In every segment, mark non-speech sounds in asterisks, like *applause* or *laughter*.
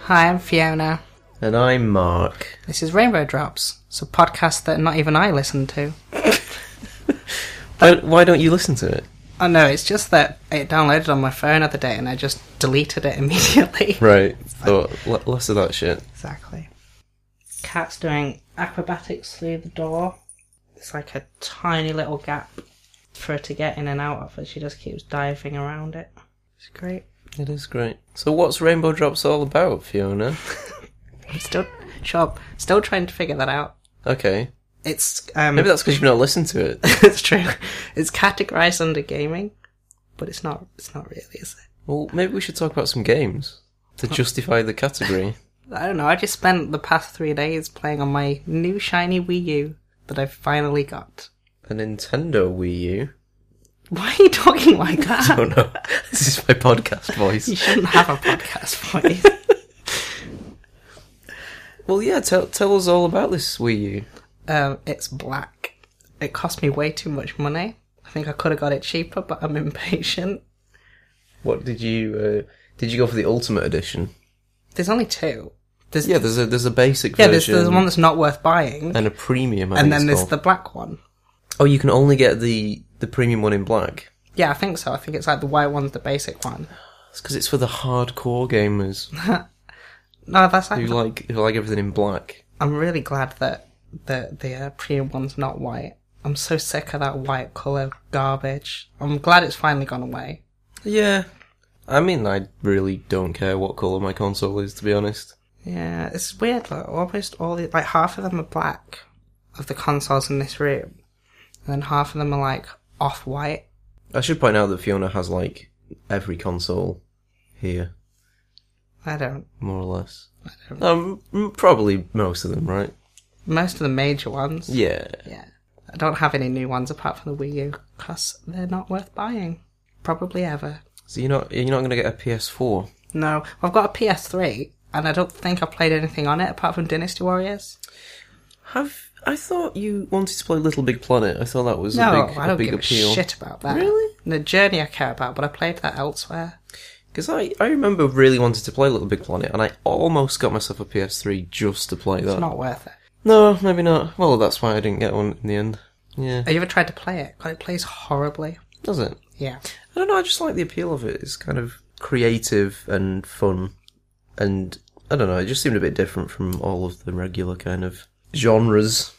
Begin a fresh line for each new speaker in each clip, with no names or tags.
Hi, I'm Fiona.
And I'm Mark.
This is Rainbow Drops. It's a podcast that not even I listen to.
Why, why don't you listen to it?
Oh no, it's just that it downloaded on my phone the other day and I just deleted it *laughs* immediately.
Right. Thought l- less of that shit.
Exactly. Cat's doing acrobatics through the door. It's like a tiny little gap for her to get in and out of, and she just keeps diving around it. It's great.
It is great. So what's Rainbow Drops all about, Fiona?
I'm still job, still trying to figure that out.
Okay.
It's um,
Maybe that's because you've not listened to it.
*laughs* it's true. It's categorized under gaming, but it's not. It's not really, is it?
Well, maybe we should talk about some games to justify the category.
I don't know. I just spent the past three days playing on my new shiny Wii U that I finally got. *laughs*
The Nintendo Wii U. *laughs*
Why are you talking like that?
Oh no, this is my podcast
You
*laughs* voice.
shouldn't have a podcast voice.
Well, yeah, tell tell us all about this Wii U.
Um, it's black. It cost me way too much money. I think I could have got it cheaper, but I'm impatient.
What did you uh, did you go for the Ultimate Edition?
There's only two. There's yeah,
Yeah, there's a there's a basic
there's,
version
there's one that's not worth buying,
and a premium. I
and then
think it's
there's
called.
the black one.
Oh, you can only get the the premium one in black.
Yeah, I think so. I think it's like the white one's the basic one.
It's because it's for the hardcore gamers
No, that's
*laughs*
like
who like who like everything in black.
I'm really glad that the the uh, premium one's not white. I'm so sick of that white color garbage. I'm glad it's finally gone away.
Yeah, I mean, I really don't care what color my console is, to be honest.
Yeah, it's weird. Like almost all the, like half of them are black of the consoles in this room, and then half of them are like off white.
I should point out that Fiona has like every console here,
I don't.
more or less. Um, m- probably most of them, right?
Most of the major ones.
Yeah,
Yeah. I don't have any new ones apart from the Wii U because they're not worth buying. Probably ever.
so you're not you're not gonna get a PS4.
No, I've got a PS3 and I don't think I played anything on it apart from Dynasty Warriors.
Have I thought you wanted to play Little Big Planet? I thought that was
No,
a big,
I don't
a big
give
appeal.
a shit about that.
Really?
The journey I care about, but I played that elsewhere.
Because I, I remember really wanting to play Little Big Planet, and I almost got myself a PS3 just to play that.
It's not worth it.
No, maybe not. Well, that's why I didn't get one in the end. Yeah.
Have you ever tried to play it? 'Cause it plays horribly.
Does it?
Yeah.
I don't know, I just like the appeal of it. It's kind of creative and fun, and I don't know, it just seemed a bit different from all of the regular kind of genres.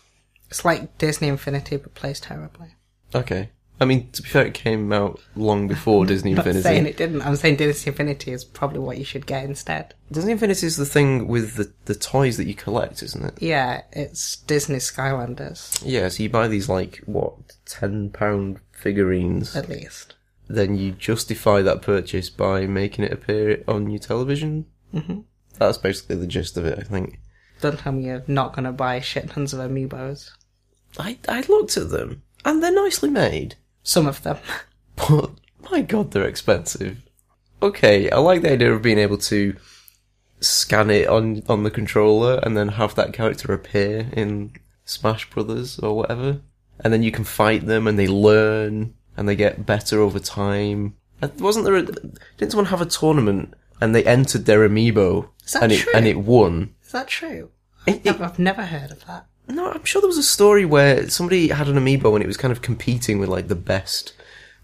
It's like Disney Infinity, but plays terribly.
Okay. I mean, to be fair, it came out long *laughs* before Disney
I'm not saying
Infinity.
it didn't. I'm saying Disney Infinity is probably what you should get instead.
Disney Infinity is the thing with the, the toys that you collect, isn't it?
Yeah, it's Disney Skylanders,
Yeah, so you buy these like what ten pound figurines,
at least.
then you justify that purchase by making it appear on your television. Mm-hmm. That's basically the gist of it, I think.
Don't tell me you're not going to buy shit tons of amiibos.
I I looked at them and they're nicely made,
Some of them. *laughs*
but my god, they're expensive. Okay, I like the idea of being able to scan it on on the controller and then have that character appear in Smash Brothers or whatever, and then you can fight them and they learn and they get better over time. Uh, Wasn't there? A, didn't someone have a tournament and they entered their amiibo
Is that
and
true?
it and it won?
Is that true?
It- it-
I've, I've never heard of that.
No, I'm sure there was a story where somebody had an amiibo and it was kind of competing with like the best,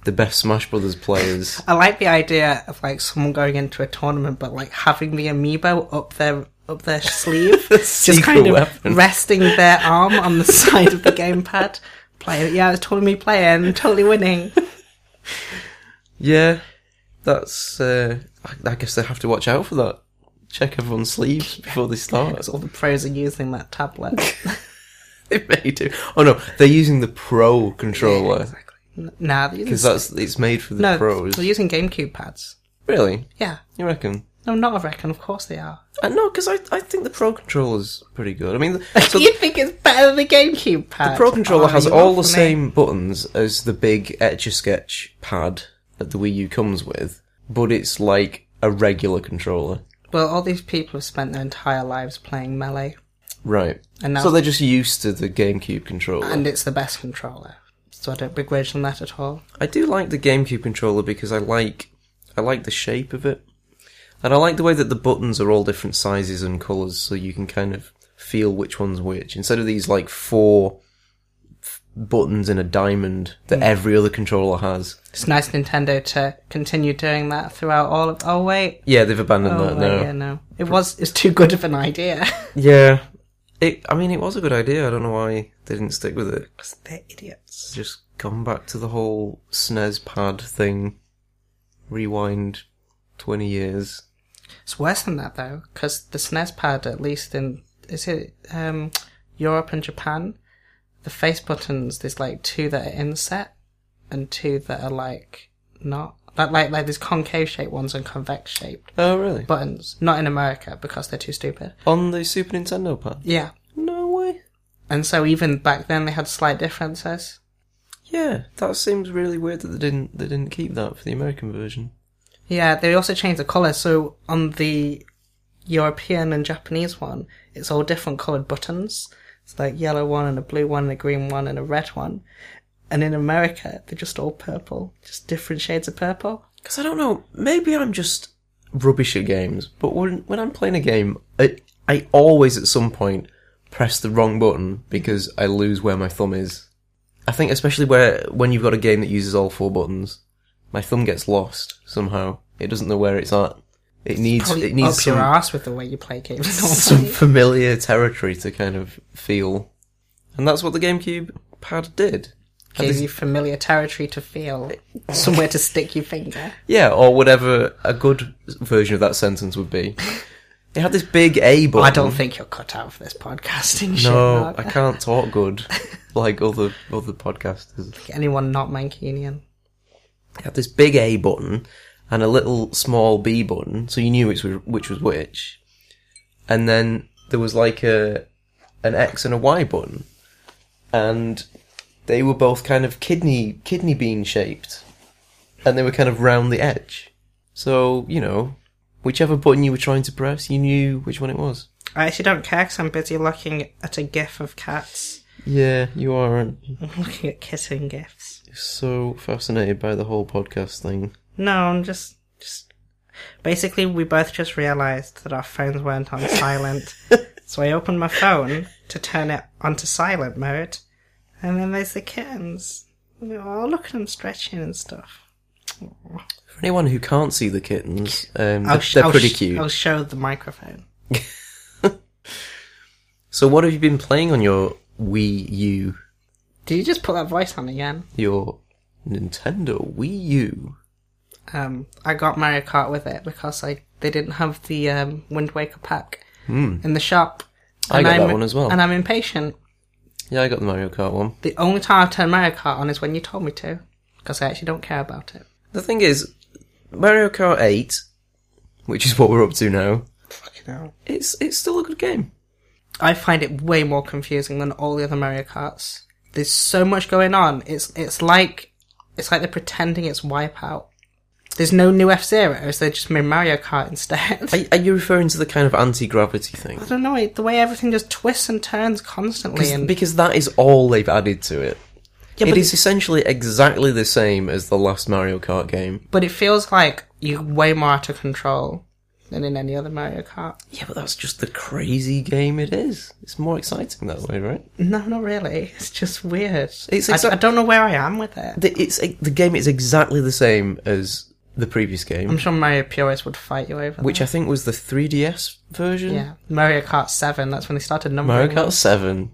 the best Smash Brothers players.
I like the idea of like someone going into a tournament, but like having the amiibo up their up their
*laughs*
sleeve, just
Secret
kind of
weapon.
resting their arm
*laughs*
on the side of the gamepad. Play, yeah, it's totally me playing, totally winning.
yeah, that's. Uh, I, I guess they have to watch out for that. Check everyone's sleeves before they start. *laughs*
Because all the pros are using that tablet.
they may do. Oh no, they're using the Pro controller
N- nah, they're
because
using,
that's it's made for the
no,
pros.
they're using GameCube pads.
Really?
Yeah,
You reckon?
no, not I reckon. Of course they are.
Uh, no, because I I think the Pro controller's pretty good. I mean,
*laughs*
so
you think it's better than the GameCube pad?
*laughs* Pro controller
Oh,
has
you
all the
laugh at me.
same buttons as the big Etch a Sketch pad that the Wii U comes with, but it's like a regular controller.
Well, all these people have spent their entire lives playing melee,
Right.
and now
So they're just used to the GameCube controller.
and it's the best controller. So I don't begrudge them that at all.
I do like the GameCube controller because I like I like the shape of it. And I like the way that the buttons are all different sizes and colours, so you can kind of feel which one's which. Instead of these like four f- buttons in a diamond that every other controller has.
It's nice Nintendo to continue doing that throughout all of. Oh wait,
Yeah, they've abandoned
oh
that
wait,
now.
yeah, no, it was. It's too good of an idea. *laughs*
Yeah. It, I mean, it was a good idea. I don't know why they didn't stick with it.
'Cause they're idiots.
Just come back to the whole SNES pad thing. Rewind 20 years.
It's worse than that though, because the SNES pad, at least in is it um, Europe and Japan, the face buttons there's like two that are inset and two that are like not. Like like like there's concave shaped ones and convex shaped
Oh, really?
buttons. Not in America because they're too stupid.
On the Super Nintendo pad?
Yeah.
No way.
And so even back then they had slight differences.
Yeah, that seems really weird that they didn't they didn't keep that for the American version.
Yeah, they also changed the colour. So on the European and Japanese one, it's all different coloured buttons. It's like yellow one and a blue one and a green one and a red one. And in America, they're just all purple, just different shades of purple.
Because I don't know, maybe I'm just rubbish at games, but when when I'm playing a game, I I always at some point press the wrong button because I lose where my thumb is. I think especially where when you've got a game that uses all four buttons, my thumb gets lost somehow. It doesn't know where it's at. It needs
Probably
it needs
up your
some,
ass with the way you play games.
*laughs* some familiar territory to kind of feel, and that's what the GameCube pad did. Had
Gives
*laughs* this-
you familiar territory to feel, somewhere to stick your finger.
Yeah, or whatever a good version of that sentence would be. It had this big A button.
I don't think you're cut out for this podcasting shit.
Mm. No,
Mark.
I can't talk good like other other podcasters.
Anyone not Mancunian?
It had this big A button and a little small B button, so you knew which was which was which. And then there was like a an X and a Y button, and they were both kind of kidney kidney bean shaped, and they were kind of round the edge. So you know, whichever button you were trying to press, you knew which one it was.
I actually don't care because I'm busy looking at a gif of cats. *laughs*
Yeah, you aren't
I'm looking at kitten gifs.
so fascinated by the whole podcast thing.
No, I'm just just basically we both just realised that our phones weren't on silent.
*laughs*
so I opened my phone to turn it onto silent mode, and then there's the kittens. Oh, look at them stretching and stuff.
For anyone who can't see the kittens, um,
I'll
they're,
sh-
they're
I'll
pretty
sh-
cute.
I'll show the microphone.
So, what have you been playing on your Wii U?
Did you just put that voice on again?
Your Nintendo Wii U?
um, I got Mario Kart with it because I they didn't have the um, Wind Waker pack in the shop.
Hmm. I got that one as well.
And I'm impatient.
Yeah, I got the Mario Kart one.
The only time I've turned Mario Kart on is when you told me to, because I actually don't care about it.
The thing is, Mario Kart 8, which is what we're up to now,
Fucking hell.
it's it's still a good game.
I find it way more confusing than all the other Mario Karts. There's so much going on. It's it's like it's like they're pretending it's Wipeout. There's no new F Zeros. They just made Mario Kart instead.
Are, are you referring to the kind of anti gravity
*laughs*
thing?
I don't know it- the way everything just twists and turns constantly. And
Because that is all they've added to it.
Yeah,
it
but-
is essentially exactly the same as the last Mario Kart game.
but it feels like you're way more out of control than in any other Mario Kart.
Yeah, but that's just the crazy game it is. It's more exciting that way, right?
No, not really. It's just weird.
It's
I-
exact-
I, don't know where I am with it.
The, it's the game is exactly the same as the previous
I'm
game,
sure Mario Purist would fight you over
which I think was the 3DS version.
that. Yeah, Mario Kart 7, that's when they started numbering
Mario
them,
Kart Seven.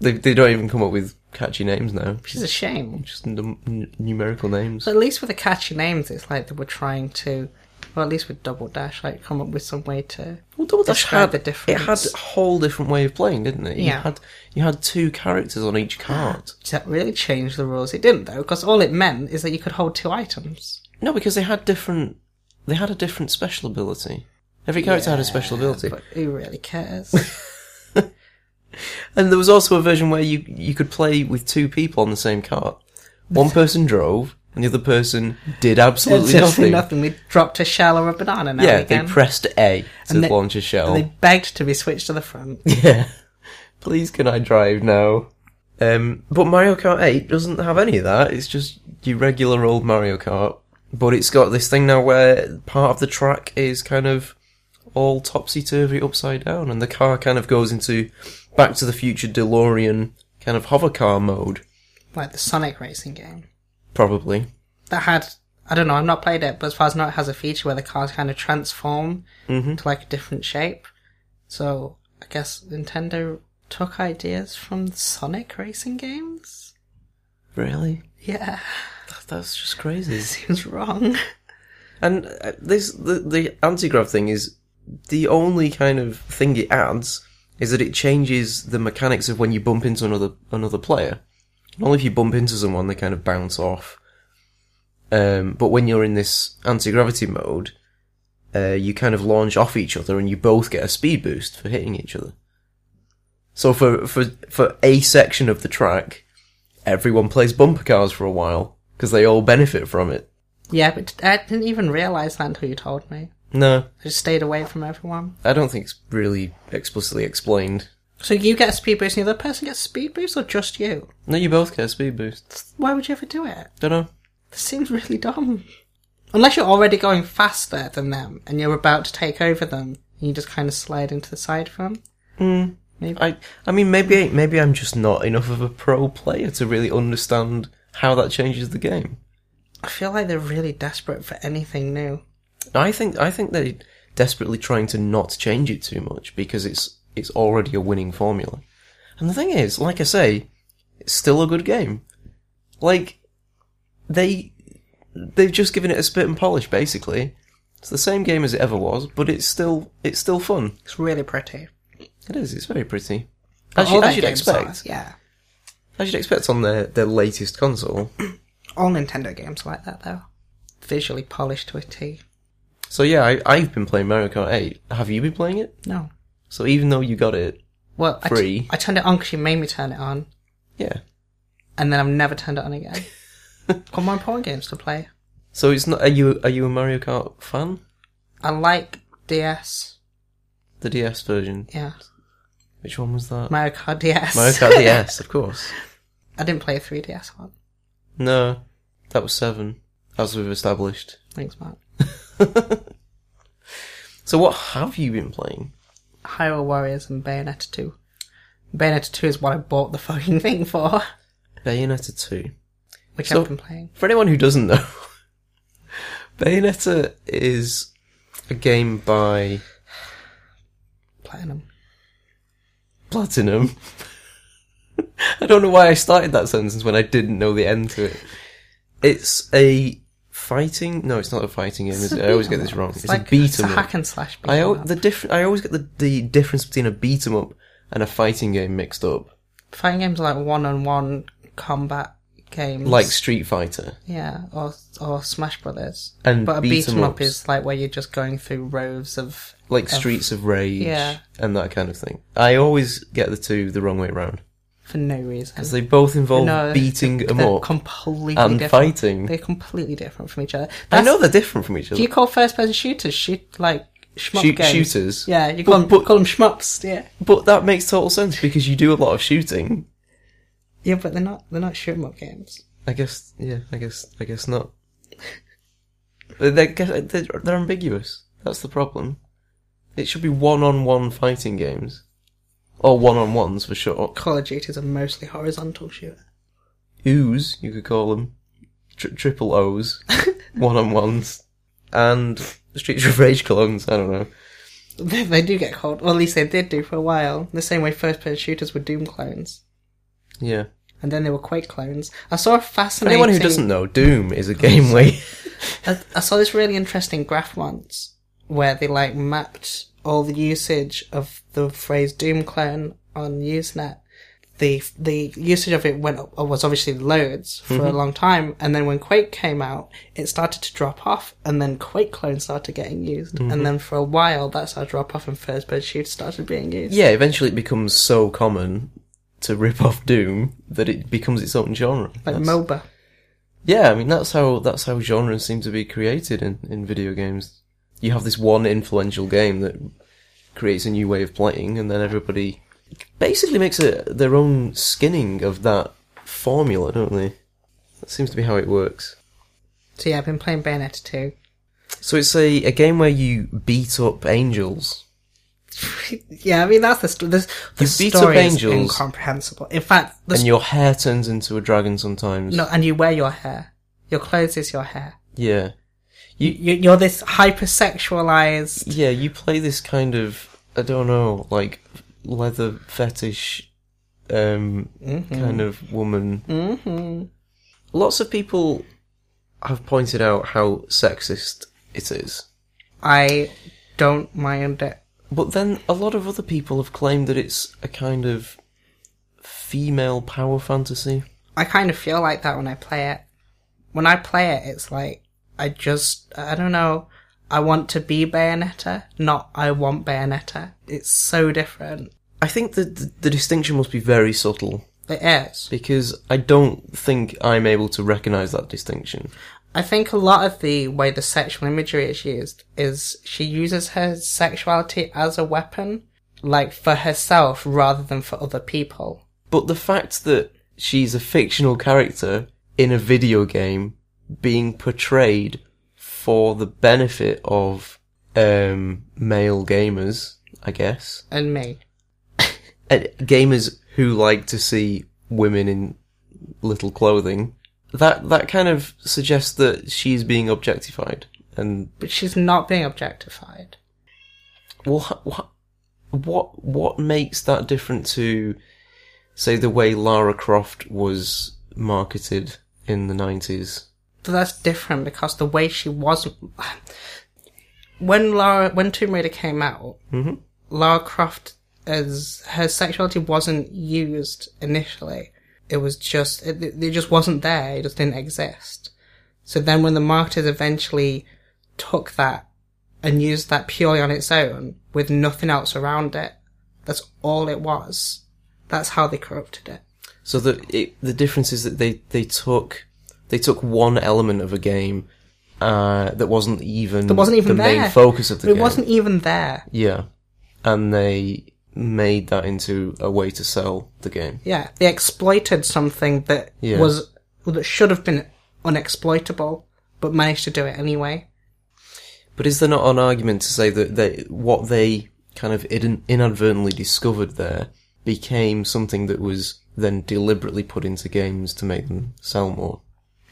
They they don't even come up with catchy names now.
which is a shame.
Just num- n- numerical names.
But at least with the catchy names, it's like they were trying to, well, at least with Double Dash, like come up with some way to.
Well, Double Dash
Describe
had
the difference.
It had a whole different way of playing, didn't it? You
Yeah.
Had you had two characters on
*gasps*
each card?
Does that really change the rules? It didn't, though, because all it meant is that you could hold two items.
No, because they had different. They had a different special ability. Every character had a special ability.
But who really
*laughs*
cares?
And there was also a version where you you could play with two people on the same cart.
*laughs*
One person drove, and the other person did absolutely nothing.
nothing. They dropped a shell or a banana now
Yeah,
and again.
they pressed A to
And they-
launch a
And
shell.
they begged to be switched to the front.
*laughs* Yeah. Please, can I drive now? Um, but Mario Kart 8 doesn't have any of that. It's just your regular old Mario Kart But it's got this thing now where part of the track is kind of all topsy turvy, upside down, and the car kind of goes into Back to the Future DeLorean kind of hover car mode,
Like the Sonic racing game.
probably.
That had, I don't know, I've not played it, but as far as I know, it has a feature where the cars kind of transform to like a different shape. So I guess Nintendo took ideas from Sonic racing games?
Really?
Yeah, *laughs*
That- That's just crazy.
seems wrong.
And uh, this the, the anti-grav thing is the only kind of thing it adds is that it changes the mechanics of when you bump into another another player. Only if you bump into someone, they kind of bounce off. Um, but when you're in this anti-gravity mode, uh, you kind of launch off each other, and you both get a speed boost for hitting each other. So for for for a section of the track, everyone plays bumper cars for a while because they all benefit from it.
Yeah, but I didn't even realize that until you told me.
No,
I just stayed away from everyone.
I don't think it's really explicitly explained.
So you get a speed boost and the other person gets a speed boost, or just you?
No, you both get a speed boost.
Why would you ever do it?
Don't know.
This seems really dumb. Unless you're already going faster than them and you're about to take over them, and you just kind of slide into the side of them.
I I mean maybe maybe I'm just not enough of a pro player to really understand how that changes the game.
I feel like they're really desperate for anything new.
I think I think they're desperately trying to not change it too much because it's it's already a winning formula. And the thing is, like I say, it's still a good game. Like they they've just given it a spit and polish basically. It's the same game as it ever was, but it's still it's still fun.
It's really pretty.
It is. It's very pretty. As, you,
All
as
their
you'd
games
expect.
are, yeah.
As you'd expect on their, their latest console.
All Nintendo games are like that, though. Visually polished to a T.
So yeah, I, I've been playing Mario Kart 8. Have you been playing it?
No.
So even though you got it,
Well, I t-
Free.
I turned it on because you made me turn it on,
yeah.
and then I've never turned it on
*laughs*
again. Got more important games to play.
So it's not. Are you are you a Mario Kart fan?
I like DS.
The DS version.
Yeah.
Which one was that?
Mario Kart DS.
Uh, Mario Kart DS, of course.
I didn't play a 3DS one.
No, that was seven, as we've established.
Thanks, Mark.
So what have you been playing?
Hyrule Warriors and Bayonetta 2. Bayonetta 2 is what I bought the fucking thing for,
Bayonetta two.
which
So-
I've been playing.
For anyone who doesn't know, *laughs* Bayonetta is a game by
Platinum.
Platinum. *laughs* I don't know why I started that sentence when I didn't know the end to it. It's a fighting. No, it's not a fighting game. Is it? I always get this wrong. It's, a beat
It's a
'em up.
hack and slash beat
I
'em
al-
up.
the diff- I always get the, the difference between a beat 'em up and a fighting game mixed up,
Fighting games are like one-on-one combat games.
like Street Fighter.
Yeah, or, or Smash Brothers.
And
but a
beat 'em
beat-em up
ups.
is like where you're just going through rows of...
like Streets of Rage
yeah.
and that kind of thing. I always get the two the wrong way round
For no reason.
because they both involve
No,
beating them
They're
up
completely
and
different.
fighting.
They're completely different from each other.
I
That's-
know they're different from each
Do
other.
you call first-person shooters shoot like shmup
Shoot-
games?
shooters?
Yeah, you call,
But-
them,
but-
call them shmups. Yeah,
But that makes total sense because you do a lot of shooting.
yeah, but they're not they're not shoot 'em up games.
I guess, yeah, I guess, I guess not. But they're, they're, they're ambiguous. That's the problem. It should be one-on-one fighting games, or one-on-ones for short.
Call of Duties are mostly horizontal shooter. *laughs*
O's, you could call them, Tri- triple O's, one-on-ones, and Streets of Rage clones. I don't know.
They, they do get called, or at least they did do for a while. The same way first-person shooters were Doom clones,
Yeah.
and then they were Quake clones. I saw a
For
fascinating.
anyone who doesn't know, Doom is a game where *laughs*
I, I saw this really interesting graph once where they like mapped all the usage of the phrase doom clone on Usenet. The the usage of it went up, was obviously loads for
Mm-hmm.
a long time, and then when Quake came out, it started to drop off, and then Quake clone started getting used,
Mm-hmm.
and then for a while that started to drop off, and first person shooter started being used.
Yeah, eventually it becomes so common to rip off Doom that it becomes its own genre.
Like
That's-
MOBA,
yeah, I mean that's how that's how genres seem to be created in, in video games. You have this one influential game that creates a new way of playing, and then everybody basically makes a, their own skinning of that formula, don't they? That seems to be how it works.
So yeah, I've been playing Bayonetta 2.
So it's a, a game where you beat up angels.
yeah, I mean that's the st- the, the
You beat up
story is
angels.
incomprehensible. In fact, the
and
st-
your hair turns into a dragon sometimes.
no, and you wear your hair. Your clothes is your hair.
Yeah. You
You, you're this hypersexualized.
yeah, you play this kind of I don't know, like leather fetish um kind of woman. Mm-hmm. Lots of people have pointed out how sexist it is.
I don't mind it.
But then a lot of other people have claimed that it's a kind of female power fantasy.
I kind of feel like that when I play it. When I play it, it's like I just I don't know. I want to be Bayonetta, not I want Bayonetta. It's so different.
I think that the, the distinction must be very subtle
It is.
because I don't think I'm able to recognize that distinction.
I think a lot of the way the sexual imagery is used is she uses her sexuality as a weapon, like for herself rather than for other people.
But the fact that she's a fictional character in a video game being portrayed for the benefit of um, male gamers, I guess,
And me.
and gamers who like to see women in little clothing, that that kind of suggests that she's being objectified. And
But she's not being objectified.
well, h- wh- what what makes that different to, say, the way Lara Croft was marketed in the nineties?
But that's different because the way she was when Lara when Tomb Raider came out, Lara Croft as her sexuality wasn't used initially. It was just it, it just wasn't there. It just didn't exist. So then, when the marketers eventually took that and used that purely on its own with nothing else around it, that's all it was. That's how they corrupted it.
So the it, the difference is that they they took they took one element of a game uh, that wasn't even
It wasn't even
the
there.
main focus of the
But
game.
It wasn't even there.
Yeah. And they made that into a way to sell the game.
Yeah, they exploited something that
Yeah.
was that should have been unexploitable, but managed to do it anyway.
But is there not an argument to say that they, what they kind of in- inadvertently discovered there became something that was then deliberately put into games to make them sell more?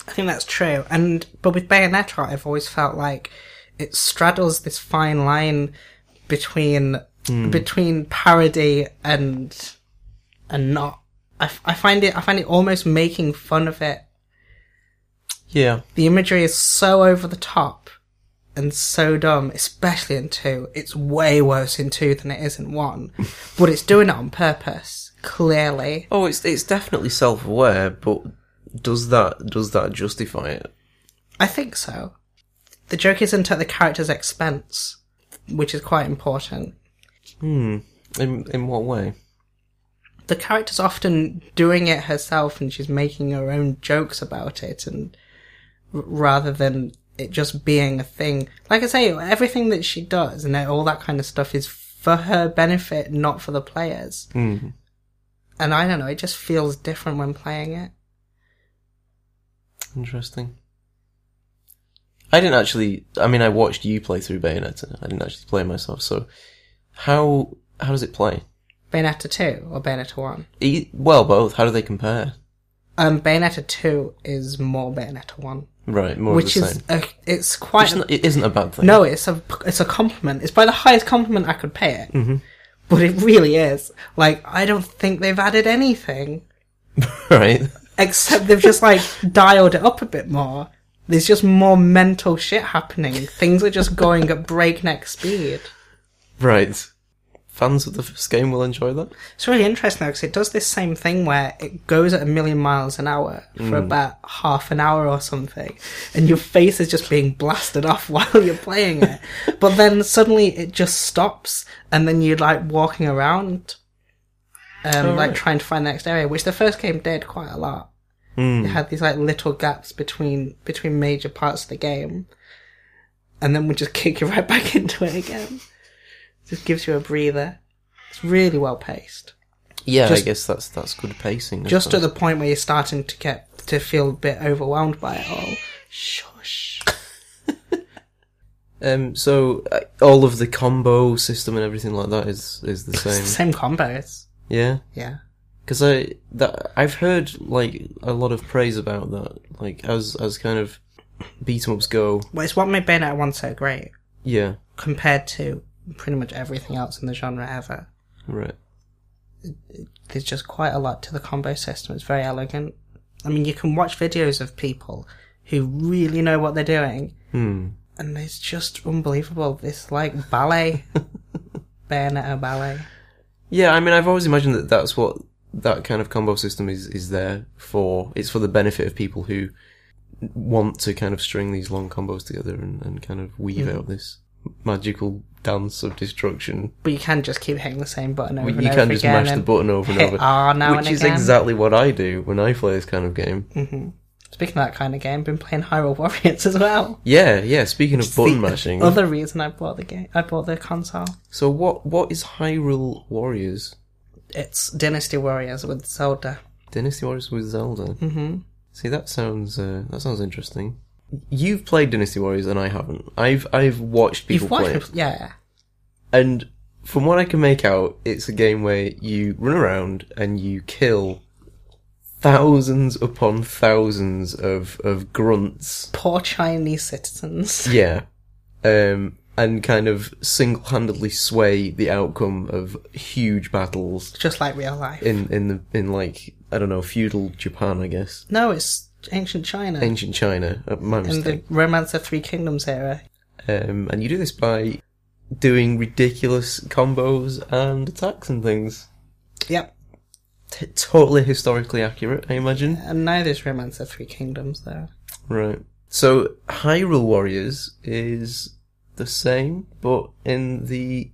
I think that's true. And but with Bayonetta, I've always felt like it straddles this fine line between
Hmm.
between parody and and not. I, f- I find it I find it almost making fun of it.
Yeah.
The imagery is so over the top and so dumb, especially in two. It's way worse in two than it is in one, but it's doing it on purpose. Clearly,
Oh, it's it's definitely self-aware, but does that does that justify it?
I think so. The joke isn't at the character's expense, which is quite important.
In in what way?
the character's often doing it herself and she's making her own jokes about it and r- rather than it just being a thing like i say everything that she does and all that kind of stuff is for her benefit not for the players
Hmm.
and i don't know it just feels different when playing it
Interesting. I didn't actually. I mean, I watched you play through Bayonetta. I didn't actually play myself. So, how how does it play?
bayonetta 2 or bayonetta 1
E- well, both. How do they compare?
um bayonetta 2 is more bayonetta 1
Right, more
which
of the
is
same.
a, it's quite
It's not, it isn't a bad thing.
No, it's a it's a compliment. It's by the highest compliment I could pay it. Mm-hmm. But it really is. Like I don't think they've added anything
*laughs* right?
except they've just like dialed it up a bit more. There's just more mental shit happening. Things are just going at breakneck speed.
Right. Fans of the first game will enjoy that.
It's really interesting though because it does this same thing where it goes at a million miles an hour for about half an hour or something, and your face is just being blasted off *laughs* while you're playing it. but then suddenly it just stops, and then you're like walking around, um, like trying to find the next area, which the first game did quite a lot. It had these like little gaps between between major parts of the game, and then would just kick you *laughs* right back into it again. Just gives you a breather. It's really well paced.
Yeah,
Just-
I guess that's that's good pacing. I
Just to
suppose.
the point where you're starting to get to feel a bit overwhelmed by it all. Shush. Whoosh.
Um, so uh, all of the combo system and everything like that is is *laughs* the
It's the same
same.
combos.
Yeah,
Yeah.
because I that I've heard like a lot of praise about that. Like as as kind of beat 'em ups go.
Well, it's what made Bayonetta 1 so great
Yeah,
compared to pretty much everything else in the genre ever.
right.
There's just quite a lot to the combo system. It's very elegant. I mean, you can watch videos of people who really know what they're doing,
Hmm.
and it's just unbelievable. It's like
*laughs*
ballet. Bayonetta ballet.
Yeah, I mean, I've always imagined that that's what that kind of combo system is is there for. It's for the benefit of people who want to kind of string these long combos together and, and kind of weave
Mm.
out this magical dance of destruction.
But you can just keep hitting the same button over
But
and
you
over
can just
again
mash the
and
button over
*laughs*
and
hit
over.
R now
which
and
is
again. Mm.
exactly what I do when I play this kind of game.
Speaking of that kind of game, been playing Hyrule Warriors as well.
Yeah, yeah. Speaking of button
The
mashing,
Other reason I bought the game, I bought the console.
so what? What is Hyrule Warriors?
It's Dynasty Warriors with Zelda.
Dynasty Warriors with Zelda. Mm-hmm. See, that sounds uh, that sounds interesting. You've played Dynasty Warriors and I haven't. I've I've watched people
You've watched,
play
me
it,
pl- yeah.
and from what I can make out, it's a game where you run around and you kill thousands upon thousands of of grunts
Poor Chinese citizens. *laughs*
Yeah. Um, and kind of single handedly sway the outcome of huge battles
Just like real life.
in, in the in like I don't know, feudal Japan, I guess.
No, it's ancient China.
Ancient China, uh, my
in the
mistake.
Romance of Three Kingdoms era.
Um, and you do this by doing ridiculous combos and attacks and things.
Yep.
T- totally historically accurate, I imagine.
And neither is Romance of Three Kingdoms, though.
Right. So Hyrule Warriors is the same, but in the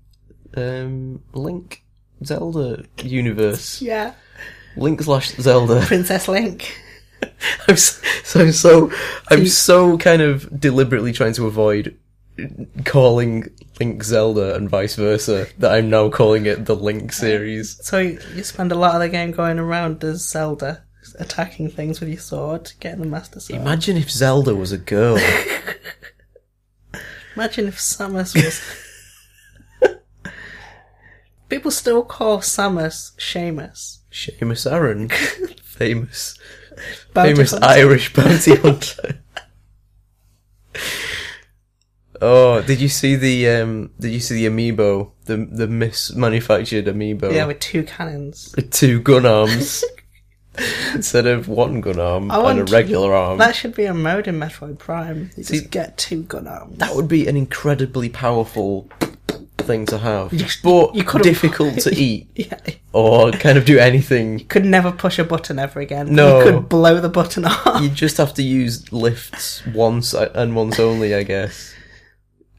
um, Link Zelda universe.
Yeah.
Link slash Zelda.
Princess Link.
I'm s- *laughs* so I'm so I'm so kind of deliberately trying to avoid calling Link Zelda and vice versa that I'm now calling it the Link series.
So you you spend a lot of the game going around as Zelda, attacking things with your sword, getting the Master Sword.
Imagine if Zelda was
*laughs*
a girl.
Imagine if Samus was.
*laughs*
People still call Samus Seamus. *laughs*
Seamus Aaron, famous
Bounty
famous
Hunter. *laughs*
Irish bounty hunter. oh, did you see the um? Did you see the amiibo? The the mismanufactured amiibo.
Yeah, with two cannons.
with two gun arms *laughs* instead of one gun arm
I
and a
want-
regular arm.
That should be a mode in Metroid Prime. You
See-
just get two gun arms.
That would be an incredibly powerful thing to have, but
you could've-
difficult *laughs* to eat
*laughs* Yeah,
or kind of do anything.
could never push a button ever again.
No.
you could blow the button *laughs* off.
You just have to use lifts once and once only, I guess.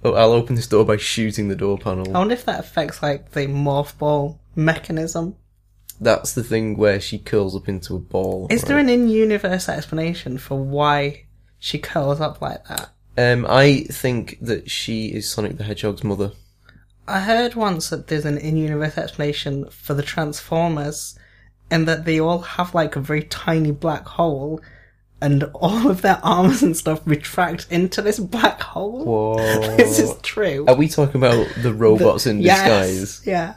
Oh, I'll open this door by shooting the door panel.
I wonder if that affects like the morph ball mechanism.
That's the thing where she curls up into a ball.
Is there
right?
an in-universe explanation for why she curls up like that?
Um, I think that she is Sonic the Hedgehog's *laughs* mother.
I heard once that there's an in-universe explanation for the Transformers, and that they all have like a very tiny black hole, and all of their arms and stuff retract into this black hole.
Whoa.
This is true.
Are we talking about the robots in
Yes,
disguise?
Yeah.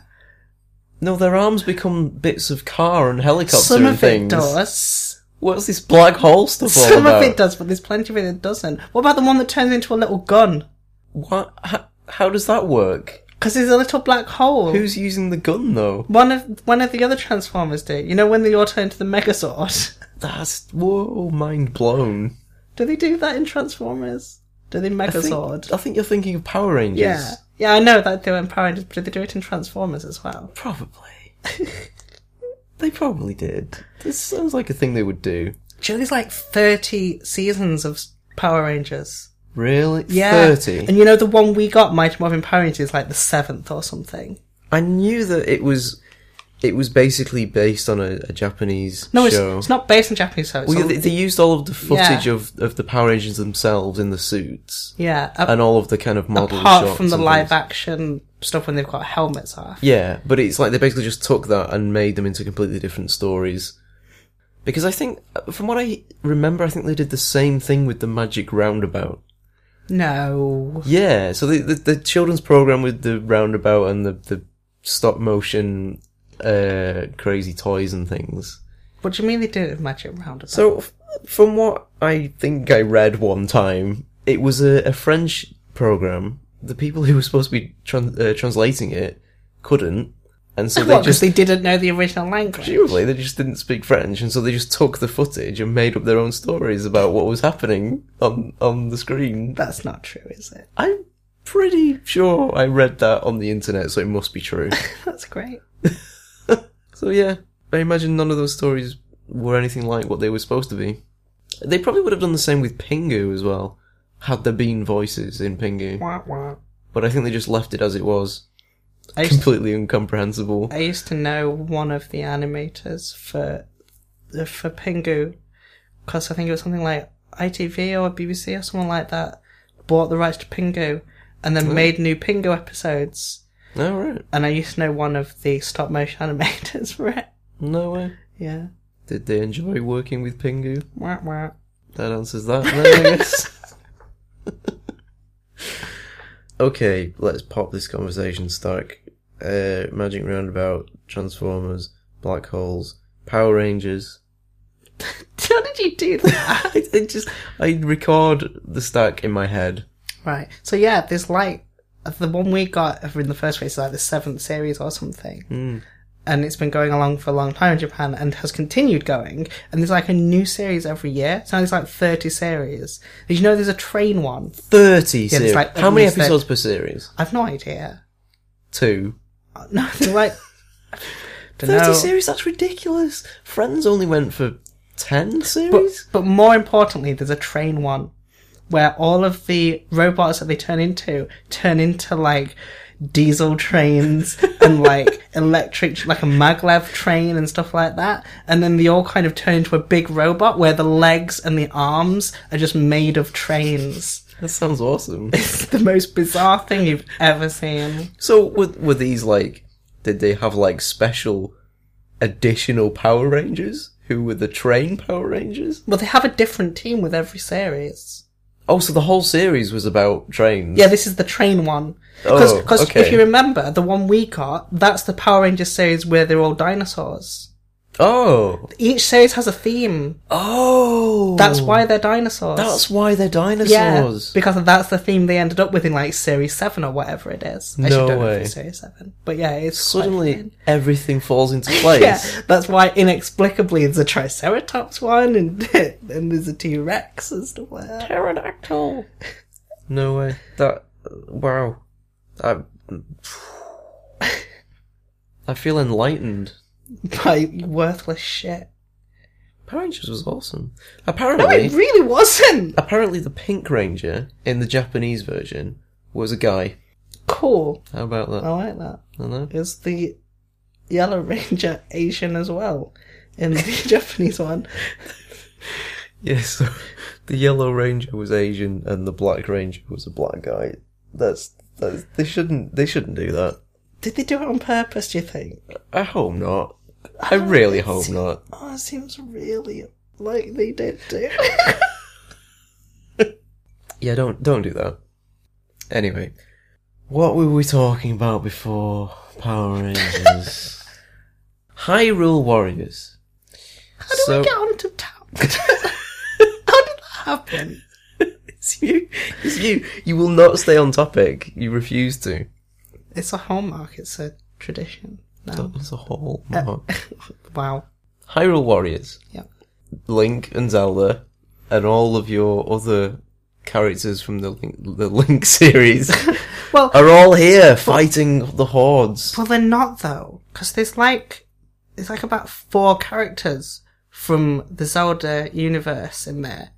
No, their arms become bits of car and helicopter
Some of
and
it
things.
does.
What's this black hole stuff all
Some
about?
of it does, but there's plenty of it that doesn't. What about the one that turns into a little gun?
What? How, how does that work?
Because there's a little black hole.
Who's using the gun though?
One of one of the other Transformers do. You know when they all turn into the Megazord. *laughs*
That's whoa, mind blown.
Do they do that in Transformers? Do they
I
Megazord?
think, I think you're thinking of Power Rangers.
Yeah, yeah, I know that they were in Power Rangers, but did they do it in Transformers as well? *laughs*
probably. they probably did. This sounds like a thing they would do.
Do you know there's like thirty seasons of Power Rangers?
Really?
Yeah,
Thirty.
And you know the one we got, Mighty Morphin Power Rangers, is like the seventh or something.
I knew that it was. It was basically based on a, a Japanese
No, it's,
show.
it's not based on Japanese. So it's
Well,
all-
they, they used all of the footage
Yeah.
of, of the Power Rangers themselves in the suits
yeah, a-
and all of the kind of model
apart
shots
from the
and
live
things.
action stuff when they've got helmets off.
Yeah, but it's like they basically just took that and made them into completely different stories. Because I think, uh, from what I remember, I think they did the same thing with the Magic Roundabout.
No.
Yeah, so the, the, the children's program with the roundabout and the, the stop motion uh, crazy toys and things.
What do you mean they did it with Magic Roundabout?
So, f- from what I think I read one time, it was a, a French program. The people who were supposed to be tran- uh, translating it couldn't, and so they
what? Because
just
they didn't know the original language.
presumably they just didn't speak French, and so they just took the footage and made up their own stories about what was happening on on the screen.
That's not true, is it? *laughs*
I'm pretty sure I read that on the internet, so it must be true.
That's great.
so yeah, I imagine none of those stories were anything like what they were supposed to be. They probably would have done the same with Pingu as well, had there been voices in Pingu.
Wah, wah.
But I think they just left it as it was,
I used,
completely incomprehensible.
I used to know one of the animators for uh, for Pingu because I think it was something like ITV or BBC or someone like that bought the rights to Pingu and then made new Pingu episodes.
No right,
And I used to know one of the stop motion *laughs* animators for it.
no way.
Yeah.
Did they enjoy working with Pingu?
Wah, wah. *laughs*
That answers that then, I guess. *laughs* okay, let's pop this conversation stark. Uh, Magic Roundabout, Transformers, Black Holes, Power Rangers. *laughs*
How did you do that?
I, I just, I record the stack in my head.
right. So yeah, there's like the one we got in the first place is like the seventh series or something.
Mm.
And it's been going along for a long time in Japan and has continued going. And there's like a new series every year. So now there's like 30 series. Did you know there's a train one?
30
there's
series.
like at
How many
least
episodes per series?
I've no idea. *laughs*
Two.
Uh, No, they're like, don't
30
know.
series? That's ridiculous. Friends only went for 10
But,
series?
but more importantly, there's a train one where all of the robots that they turn into turn into like diesel trains and like electric, like a maglev train and stuff like that. And then they all kind of turn into a big robot where the legs and the arms are just made of trains.
that sounds awesome.
It's the most bizarre thing you've ever seen.
So were, were these like did they have like special additional Power Rangers who were the train Power Rangers?
Well, they have a different team with every series.
Oh, so the whole series was about trains.
Yeah, this is the train one. Because
Oh,
if
okay.
you remember, the one we got, that's the Power Rangers series where they're all dinosaurs.
Oh.
Each series has a theme.
Oh.
That's why they're dinosaurs.
That's why they're
yeah,
dinosaurs.
because that's the theme they ended up with in like series seven or whatever it is. I
No
actually don't know if
way.
it's series seven, but yeah, it's quite
Suddenly
fun.
everything
*laughs*
falls into place.
Yeah, that's why inexplicably there's a Triceratops one and *laughs* and there's a T Rex and stuff like that. Pterodactyl.
No way. That wow. I I feel enlightened.
By worthless shit.
Power Rangers was awesome.
No,
Apparently,
it really wasn't.
Apparently, the Pink Ranger in the Japanese version was a guy.
Cool.
How about that?
I like that.
I don't know.
is the Yellow *laughs* Ranger Asian as well in the *laughs* Japanese one.
*laughs* Yes, the Yellow Ranger was Asian and the Black Ranger was a black guy. That's, that's they shouldn't they shouldn't do that.
Did they do it on purpose, do you think?
I hope not. I really hope not.
Oh, it seems really like they did do.
*laughs* Yeah, don't don't do that. Anyway, what were we talking about before
*laughs*
Power Rangers? Hyrule Warriors.
How do
So-
we get onto *laughs* tap? How did that
*laughs*
happen?
It's you. It's *laughs* you. You will not stay on topic. You refuse to.
It's a hallmark, it's a tradition. No.
It's a whole
Uh, Wow.
Hyrule Warriors.
Yep.
Link and Zelda, and all of your other characters from the Link, the Link *laughs* series
*laughs* Well,
are all here fighting the hordes.
well, they're not though, because there's like there's like about four characters from the Zelda universe in there.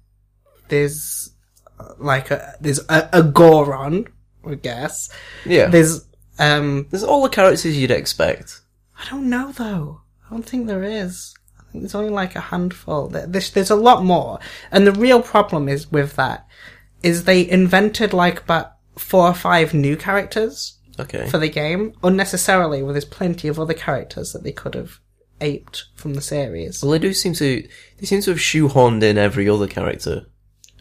There's uh, like a there's a, a Goron, I guess.
Yeah. There's,
There's um
all the characters you'd expect.
I don't know though. I don't think there is. I think there's only like a handful. There- There's, there's a lot more. And the real problem is with that is they invented like about four or five new characters
Okay.
for the game unnecessarily. Well, there's plenty of other characters that they could have aped from the series.
Well, they do seem to they seem to have shoehorned in every other character.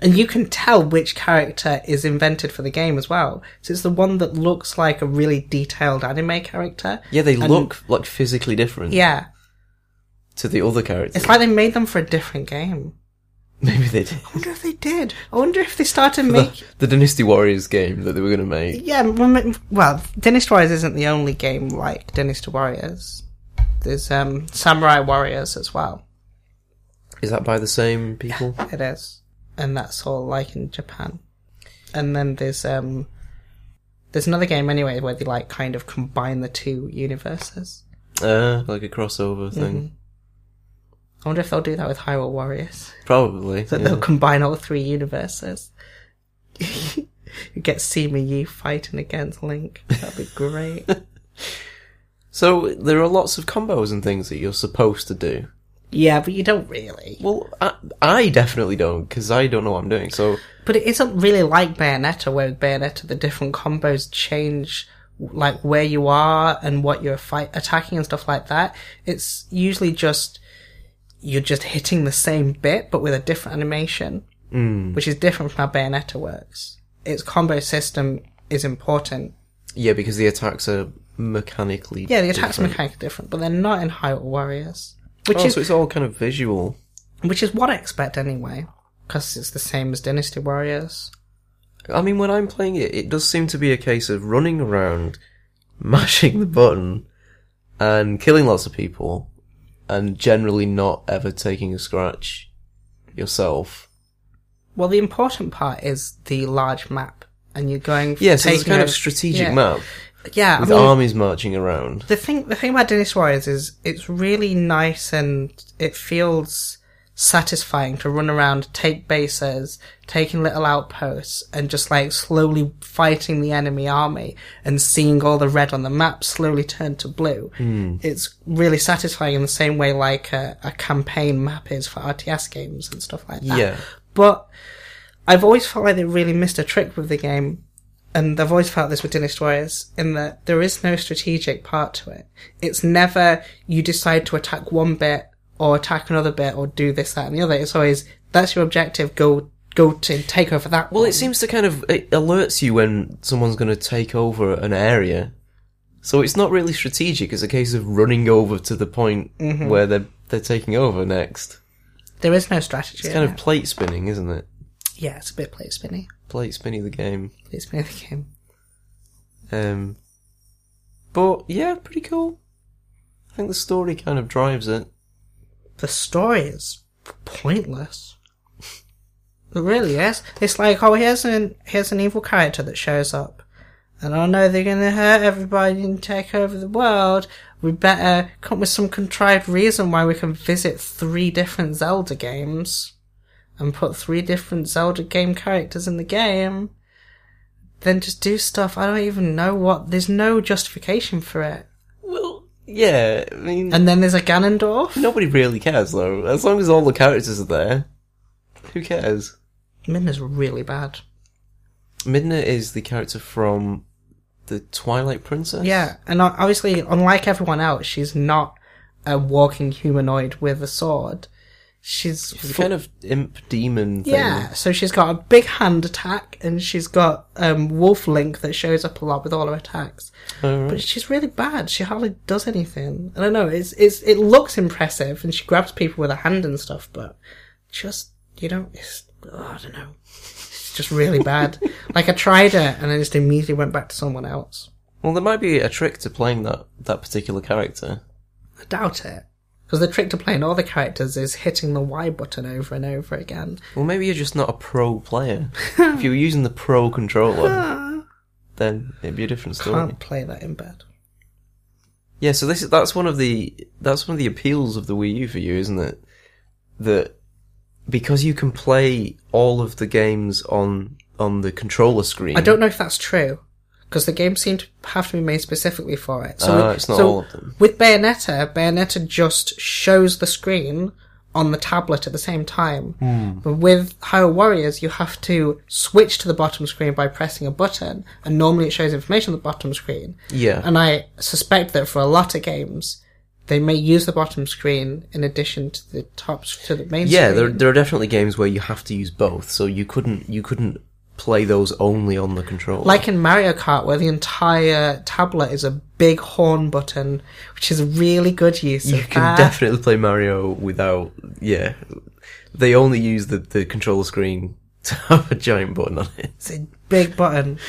And you can tell which character is invented for the game as well. So it's the one that looks like a really detailed anime character.
Yeah, they
And-
look like physically different
Yeah.
to the other characters.
It's like they made them for a different game.
Maybe they did.
I wonder if they did. I wonder if they started making.
*laughs* The, the Dynasty Warriors game that they were going to make.
Yeah, well, well, Dynasty Warriors isn't the only game like Dynasty Warriors. There's um, Samurai Warriors as well.
Is that by the same people?
It is, and that's all like in Japan. And then there's um, there's another game anyway where they like kind of combine the two universes.
Uh, like a crossover thing.
Mm-hmm. I wonder if they'll do that with Hyrule Warriors. *laughs*
Probably.
That
yeah.
they'll combine all three universes. *laughs* you get Seema Yu fighting against Link. That'd be great.
So there are lots of combos and things that you're supposed to do.
yeah, but you don't really.
Well, I, I definitely don't because I don't know what I'm doing. So
But it isn't really like Bayonetta, where with Bayonetta the different combos change, like where you are and what you're fight attacking and stuff like that. It's usually just you're just hitting the same bit, but with a different animation, mm. which is different from how Bayonetta works. Its combo system is important.
yeah, because the attacks are mechanically
Yeah, the attacks
different.
mechanic are different, but they're not in Hyrule Warriors, which
Oh,
is
so it's all kind of visual.
which is what I expect anyway, because it's the same as Dynasty Warriors.
I mean, when I'm playing it, it does seem to be a case of running around, *laughs* mashing the button, and killing lots of people, and generally not ever taking a scratch yourself.
Well, the important part is the large map, and you're going.
Yeah, so it's
taking
kind
a-
of strategic
yeah.
map
Yeah, I
with
mean,
armies marching around.
the thing the thing about Dynasty Warriors is it's really nice and it feels satisfying to run around, take bases, taking little outposts, and just like slowly fighting the enemy army and seeing all the red on the map slowly turn to blue.
Hmm.
It's really satisfying in the same way like a, a campaign map is for RTS games and stuff like that.
Yeah.
But I've always felt like they really missed a trick with the game, and I've always felt this with Dynasty Warriors, in that there is no strategic part to it. It's never you decide to attack one bit or attack another bit or do this, that, and the other. It's always that's your objective. Go, go to take over that.
Well,
one.
it seems to kind of it alerts you when someone's going to take over an area. So it's not really strategic. It's a case of running over to the point where they're they're taking over next.
there is no strategy.
It's
in
kind of
it.
plate spinning, isn't it?
yeah, it's a bit plate spinny.
Plate spinning the game.
Plate spinny the game.
Um, but yeah, pretty cool. I think the story kind of drives it.
the story is pointless. It really is. It's like, oh, here's an here's an evil character that shows up, and I know they're gonna hurt everybody and take over the world. We better come up with some contrived reason why we can visit three different Zelda games, and put three different Zelda game characters in the game. Then just do stuff. I don't even know what. There's no justification for it.
Well, yeah, I mean,
And then there's a Ganondorf.
nobody really cares though. As long as all the characters are there, who cares?
Midna's really bad.
Midna is the character from the Twilight Princess.
Yeah, and o- obviously, unlike everyone else, she's not a walking humanoid with a sword. She's,
the
fu-
kind of imp demon thing.
yeah. So she's got a big hand attack, and she's got um, Wolf Link that shows up a lot with all her attacks.
Alright.
But she's really bad. She hardly does anything. I don't know. It's it's it looks impressive, and she grabs people with her hand and stuff, but just you know, it's oh, I don't know. It's just really bad. like I tried it, and I just immediately went back to someone else.
Well, there might be a trick to playing that that particular character.
I doubt it. Because the trick to playing all the characters is hitting the Y button over and over again.
Well, maybe you're just not a
*laughs*
pro player. if you were using the pro controller, then it'd be a different story.
Can't play that in bed.
Yeah, so this is that's one of the that's one of the appeals of the Wii U for you, isn't it? That because you can play all of the games on on the controller screen.
I don't know if that's true. Because the game seemed to have to be made specifically for it. So
Ah,
with-
it's not
so
all of them.
With Bayonetta, Bayonetta just shows the screen on the tablet at the same time.
Hmm.
But with Hyrule Warriors, you have to switch to the bottom screen by pressing a button, and normally it shows information on the bottom screen.
Yeah.
And I suspect that for a lot of games, they may use the bottom screen in addition to the top to the main
Yeah,
screen.
there there are definitely games where you have to use both, so you couldn't you couldn't play those only on the controller.
like in Mario Kart, where the entire tablet is a big horn button, which is a really good use
you
of
can
that.
definitely play Mario without. Yeah, they only use the the controller screen *laughs* to have a giant button on it.
It's a big button.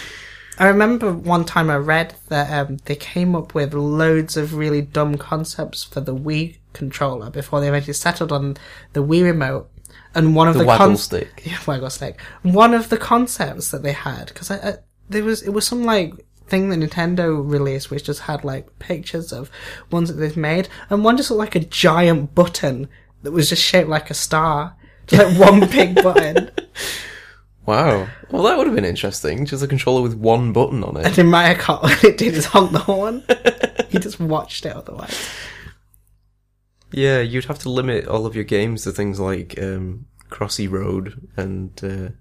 I remember one time I read that um, they came up with loads of really dumb concepts for the Wii controller before they eventually settled on the Wii remote. And one of
The,
the,
waggle
con-
stick.
*laughs* Yeah, waggle stick. One of the concepts that they had, because I, I there was it was some like thing that Nintendo released, which just had like pictures of ones that they've made, and one just looked like a giant button that was just shaped like a star, just like one
*laughs*
big button,
Wow. Well, that would have been interesting. Just a controller with one button on it.
and in Mario Kart, *laughs* all it did is honk the horn. He just watched it otherwise.
*laughs* Yeah, you'd have to limit all of your games to things like um, Crossy Road and uh,
No,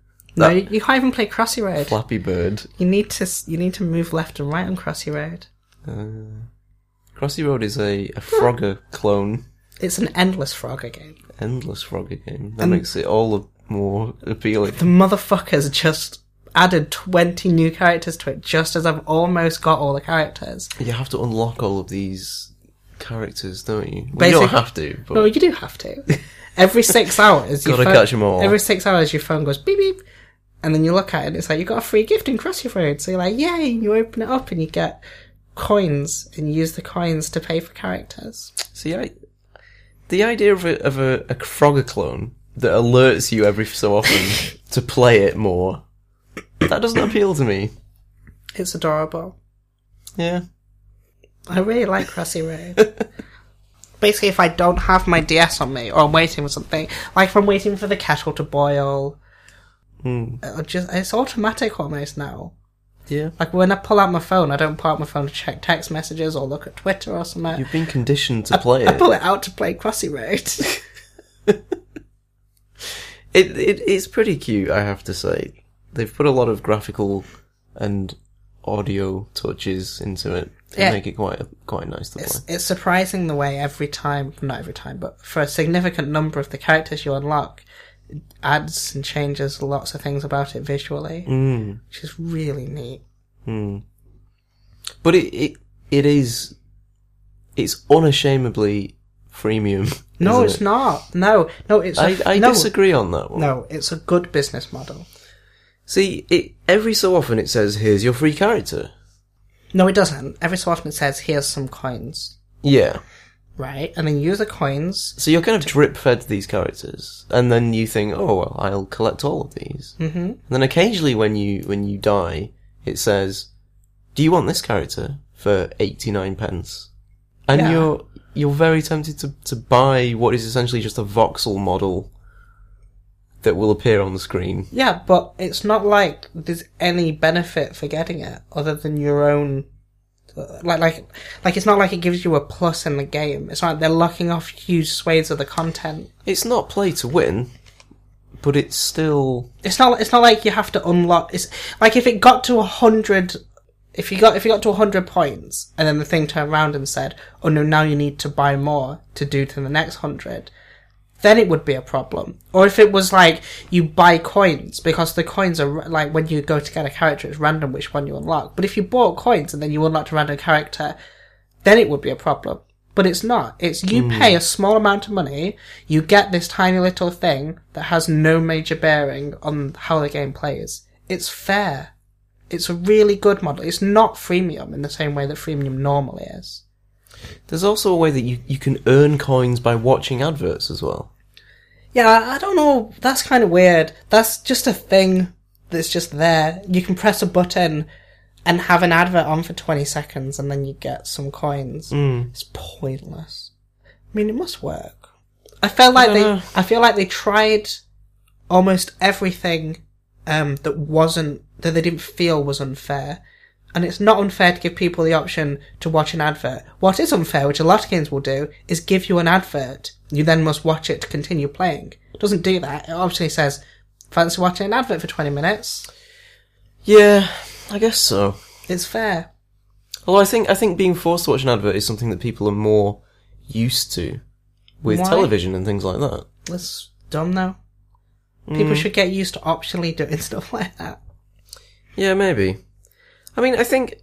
That-
you, you can't even play Crossy Road.
Flappy Bird.
You need to s- you need to move left and right on Crossy Road.
Uh, Crossy Road is a, a Frogger clone,
It's an endless Frogger game.
endless Frogger game. That
And-
makes it all the more appealing.
the motherfuckers just added 20 new characters to it just as I've almost got all the characters.
You have to unlock all of these characters, don't you? Well, you
Basic-
don't have to, but
No, you do have to. Every six hours, your
*laughs* Gotta
phone,
catch 'em all.
Every six hours, your phone goes beep beep, and then you look at it, and it's like you got a free gift in Crossy Road. So you're like, yay! And you open it up, and you get coins, and you use the coins to pay for characters.
see, I, the idea of a, of a, a Frogger clone that alerts you every
*laughs*
so often to play it more, that doesn't appeal to me.
It's adorable.
Yeah.
I really like Crossy Road.
*laughs*
Basically, if I don't have my DS on me, or I'm waiting for something, like if I'm waiting for the kettle to boil,
Hmm.
uh, just it's automatic almost now.
Yeah.
Like when I pull out my phone, I don't pull out my phone to check text messages or look at Twitter or something.
You've been conditioned to play
I
it.
pull it out to play Crossy
*laughs*
Road.
It, it it's pretty cute, I have to say. They've put a lot of graphical and audio touches into it to
Yeah.
make it quite quite nice to play.
it's, it's surprising the way every time, not every time, but for a significant number of the characters you unlock, it adds and changes lots of things about it visually,
Mm.
which is really neat.
But it, it it is it's unashamedly freemium.
No,
isn't
it's
it?
not. No, no, it's
I,
a,
I
no,
disagree on that one.
no, it's a good business model.
See, it every so often it says, "Here's your free character."
No, it doesn't. Every so often it says, "Here's some coins,"
Yeah.
right? And then you use the coins.
So you're kind of drip fed these characters, and then you think, "Oh well, I'll collect all of these." Mm-hmm. And then occasionally, when you when you die, it says, "Do you want this character for eighty nine pence?" And
Yeah.
you're you're very tempted to to buy what is essentially just a voxel model that will appear on the screen.
Yeah, but it's not like there's any benefit for getting it other than your own. Like, like, like, it's not like it gives you a plus in the game. It's not like they're locking off huge swathes of the content.
It's not play to win, but it's still
It's not. It's not like you have to unlock. It's like if it got to a hundred. If you got if you got to hundred points, and then the thing turned around and said, "Oh no, now you need to buy more to do to the next hundred, then it would be a problem. Or if it was like you buy coins because the coins are ra- like when you go to get a character, it's random which one you unlock. But if you bought coins and then you unlocked a random character, then it would be a problem. But it's not. It's you pay a small amount of money, you get this tiny little thing that has no major bearing on how the game plays. It's fair. It's a really good model. It's not freemium in the same way that freemium normally is.
there's also a way that you you can earn coins by watching adverts as well.
Yeah, I- I don't know. That's kind of weird. That's just a thing that's just there. You can press a button and have an advert on for 20 seconds and then you get some coins. It's pointless. I mean, it must work. I felt like
don't
they,
know.
I feel like they tried almost everything, um, that wasn't, that they didn't feel was unfair. And it's not unfair to give people the option to watch an advert. What is unfair, which a lot of games will do, is give you an advert. You then must watch it to continue playing. It doesn't do that. It obviously says, fancy watching an advert for 20 minutes?
Yeah, I guess so.
It's fair.
Although I think I think being forced to watch an advert is something that people are more used to with
Why?
television and things like that.
That's dumb though. People should get used to optionally doing *laughs* stuff like that.
Yeah, maybe. I mean, I think,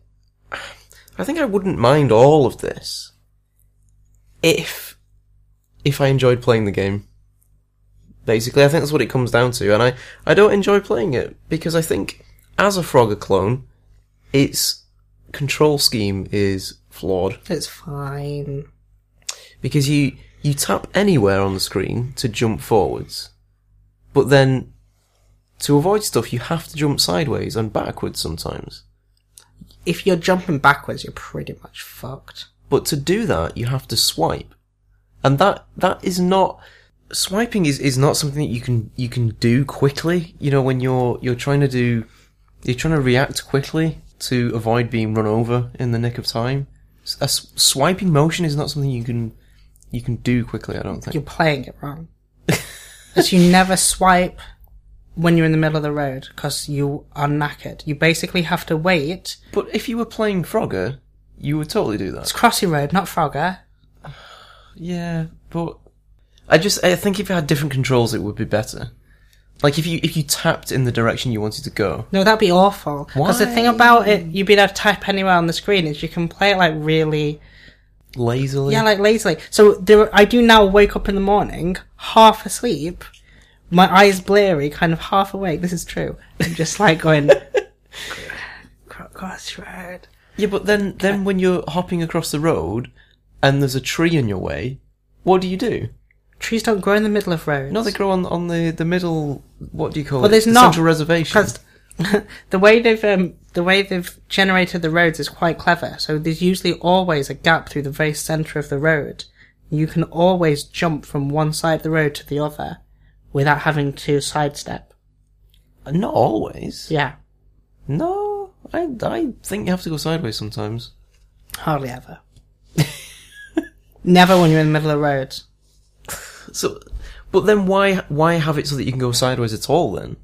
I think I wouldn't mind all of this if, if I enjoyed playing the game. Basically, I think that's what it comes down to, and I, I don't enjoy playing it because I think, as a Frogger clone, its control scheme is flawed
It's fine.
because you you tap anywhere on the screen to jump forwards, but then to avoid stuff you have to jump sideways and backwards sometimes.
If you're jumping backwards, you're pretty much fucked.
But to do that, you have to swipe, and that that is not swiping is, is not something that you can you can do quickly. You know when you're you're trying to do you're trying to react quickly to avoid being run over in the nick of time. S- A s- swiping motion is not something you can you can do quickly. I don't think.
You're playing it wrong. Because you never swipe when you're in the middle of the road because you are knackered. You basically have to wait.
But if you were playing Frogger, you would totally do that.
It's Crossy Road, not Frogger.
Yeah, but I just I think if it had different controls, it would be better. Like if you if you tapped in the direction you wanted to go.
No, that'd be awful. Because the thing
Why?
about it, you being able to type anywhere on the screen is you can play it like really
lazily.
Yeah, like lazily. So there, I do now wake up in the morning, half asleep, my eyes bleary, kind of half awake. This is true. I'm just like going, "Cro- cross road.
yeah, but then then when you're hopping across the road and there's a tree in your way, what do you do?
Trees don't grow in the middle of roads.
No, they grow on on the the middle. What do you call
Well,
it?
there's
the
not,
central reservation.
because *laughs* the way they've um, the way they've generated the roads is quite clever. So there's usually always a gap through the very center of the road. You can always jump from one side of the road to the other without having to sidestep.
Not always.
Yeah,
No, I I think you have to go sideways sometimes.
hardly ever. *laughs* Never when you're in the middle of the road.
So, but then why why have it so that you can go sideways at all then?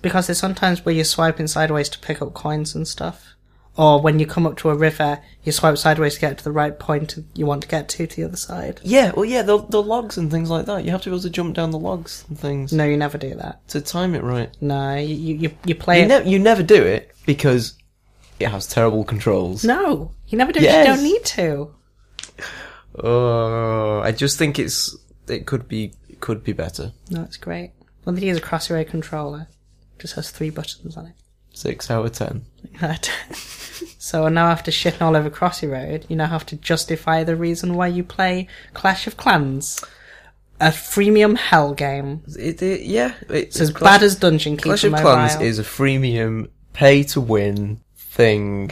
Because there's sometimes where you're swiping sideways to pick up coins and stuff. Or when you come up to a river, you swipe sideways to get to the right point you want to get to to the other side.
Yeah, well, yeah, the, the logs and things like that. You have to be able to jump down the logs and things
No, you never do that.
to time it right.
No, you you, you play
You,
it.
ne- you never do it because it has terrible controls.
no, you never do. it.
Yes.
You don't need to.
Oh, I just think it's it could be it could be better.
No, it's great. Well, they use a crossy road controller. Just has three buttons on it. *laughs*
Six out of ten.
That. so now after shitting all over Crossy Road, you now have to justify the reason why you play Clash of Clans, a freemium hell game. It's
It, it- yeah, it's,
as
Clash,
bad as Dungeon Keeper
Clash of
Mobile.
Clans is a freemium pay to win thing.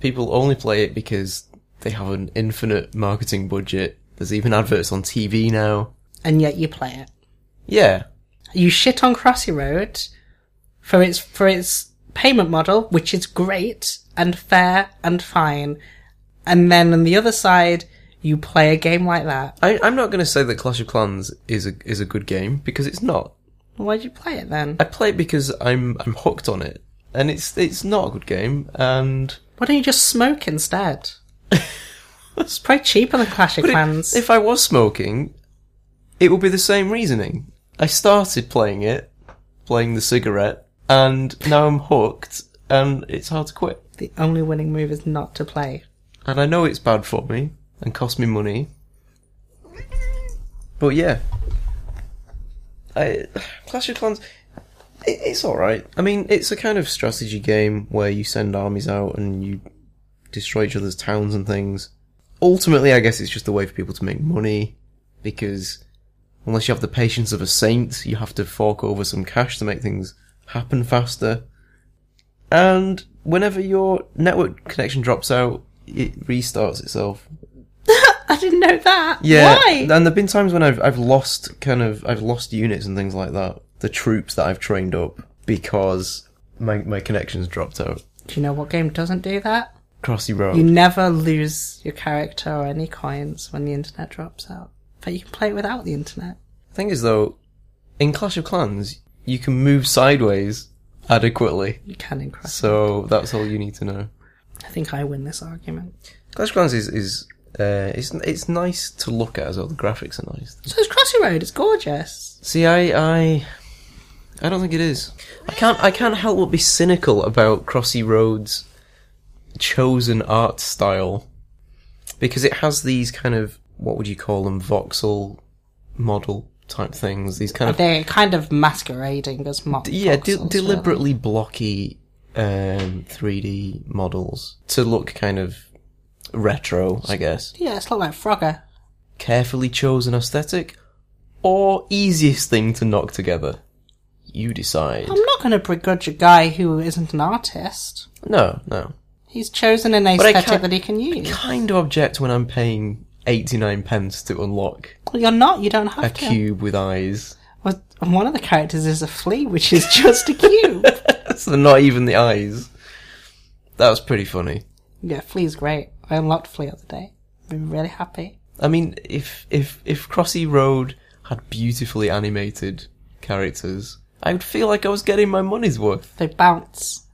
People only play it because they have an infinite marketing budget. There's even adverts on TV now.
and yet you play it.
Yeah,
You shit on Crossy Road for its for its payment model, which is great and fair and fine, and then on the other side, you play a game like that.
I, I'm not going to say that Clash of Clans is a is a good game because it's not.
Why'd you play it then?
I play it because I'm I'm hooked on it, and it's it's not a good game. And
Why don't you just smoke
*laughs*
instead? it's probably cheaper than Clash of
but it-
Clans.
if I was smoking, it would be the same reasoning. I started playing it, playing the cigarette, and now I'm hooked, and it's hard to quit.
the only winning move is not to play.
And I know it's bad for me and cost me money. But yeah, I, Clash of Clans, it, it's all right. I mean, it's a kind of strategy game where you send armies out and you destroy each other's towns and things. Ultimately, I guess it's just a way for people to make money because unless you have the patience of a saint, you have to fork over some cash to make things happen faster. And whenever your network connection drops out, it restarts itself.
I didn't know that.
Yeah,
Why?
and there've been times when I've I've lost kind of I've lost units and things like that. The troops that I've trained up because my my connections dropped out.
do you know what game doesn't do that?
Crossy road.
You never lose your character or any coins when the internet drops out. But you can play it without the internet.
thing is though, in Clash of Clans, you can move sideways adequately.
You can increase.
So that's all you need to know.
I think I win this argument.
Clash of Clans is, is Uh, it's it's nice to look at as well. The graphics are nice.
So it's Crossy Road. It's gorgeous.
See, I, I, I don't think it is. I can't, I can't help but be cynical about Crossy Road's chosen art style because it has these kind of what would you call them voxel model type things. These kind of
They're kind of masquerading as mock.
yeah, de-
voxels, really.
deliberately blocky um, 3D models to look kind of retro, I guess.
Yeah, it's not like Frogger.
Carefully chosen aesthetic or easiest thing to knock together. You decide.
I'm not going to begrudge a guy who isn't an artist.
No, no.
He's chosen an
I
aesthetic
can't-
that he can use.
Kind of object when I'm paying 89 pence to unlock
Well, you're not. You don't have
a
to.
cube with eyes.
Well, one of the characters is a flea, which is *laughs* just a cube.
so not even the eyes. That was pretty funny.
yeah, flea's great. I unlocked flea the other day. I'm really happy.
I mean, if if if Crossy Road had beautifully animated characters, I would feel like I was getting my money's worth.
They
*laughs*
bounce.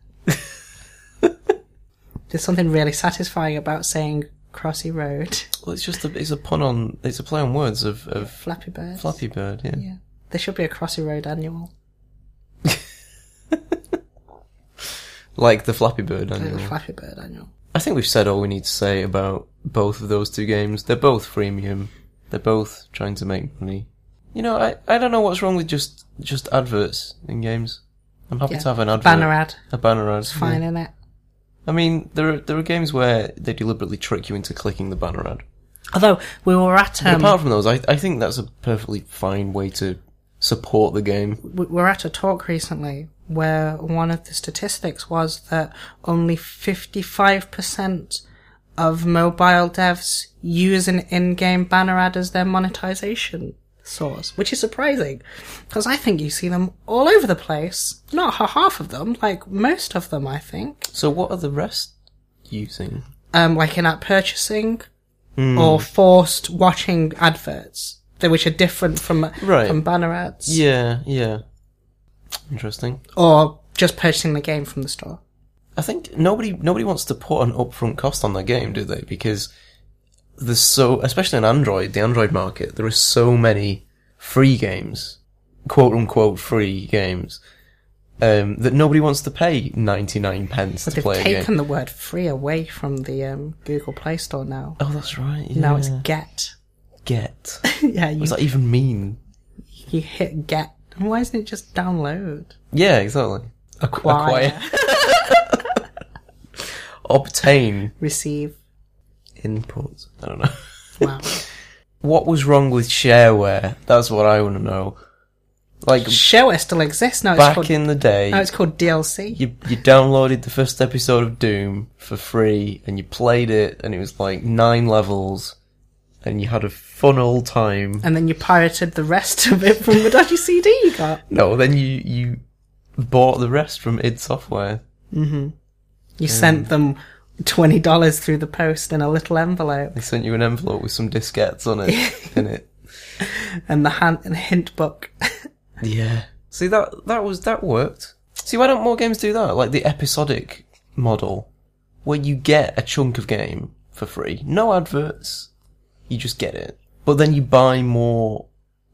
There's something really satisfying about saying Crossy Road.
Well, it's just a it's a pun on it's a play on words of of
Flappy Bird.
Flappy Bird. Yeah,
Yeah. There should be a Crossy Road annual.
like the Flappy Bird. I,
The
know.
Flappy Bird annual.
I think we've said all we need to say about both of those two games. They're both freemium. They're both trying to make money. You know, I, I don't know what's wrong with just just adverts in games. I'm happy
Yeah.
to have an advert.
Banner ad.
A banner ad. yeah.
Fine, innit?
I mean, there are there are games where they deliberately trick you into clicking the banner ad.
Although, we were at,
But
um,
apart from those, I I think that's a perfectly fine way to support the game.
we were at a talk recently where one of the statistics was that only 55% of mobile devs use an in-game banner ad as their monetization source, which is surprising because I think you see them all over the place. Not ha- half of them, like most of them, I think.
So what are the rest using?
Um, like in-app purchasing
Hmm.
or forced watching adverts, th- which are different from,
Right.
from banner ads
Yeah, yeah. Interesting.
or just purchasing the game from the store.
I think nobody nobody wants to put an upfront cost on their game, do they? Because there's so, especially on Android, the Android market, there are so many free games, quote unquote free games, um, that nobody wants to pay ninety nine pence to
They've
play a game.
taken the word free away from the um, Google Play Store now.
Oh, that's right. Yeah.
Now it's get. *laughs*
get.
yeah, you,
What does that even mean?
you hit get. And why isn't it just download?
Yeah, exactly.
Acquire.
*laughs* Obtain
Receive.
input. I don't know.
Wow.
*laughs* What was wrong with shareware? That's what I want to know. Like
Shareware still exists. Now it's,
back
called,
in the day,
now it's called DLC.
you you downloaded the first episode of Doom for free and you played it and it was like nine levels and you had a fun old time.
and then you pirated the rest of it from the dodgy CD you got.
No, then you you bought the rest from id Software.
You sent them $20 through the post in a little envelope
They sent you an envelope with some diskettes
*laughs*
on it in it.
and the, hand, and the hint book. *laughs*
Yeah. See that that was that worked. See why don't more games do that? Like the episodic model, where you get a chunk of game for free, no adverts, you just get it. But then you buy more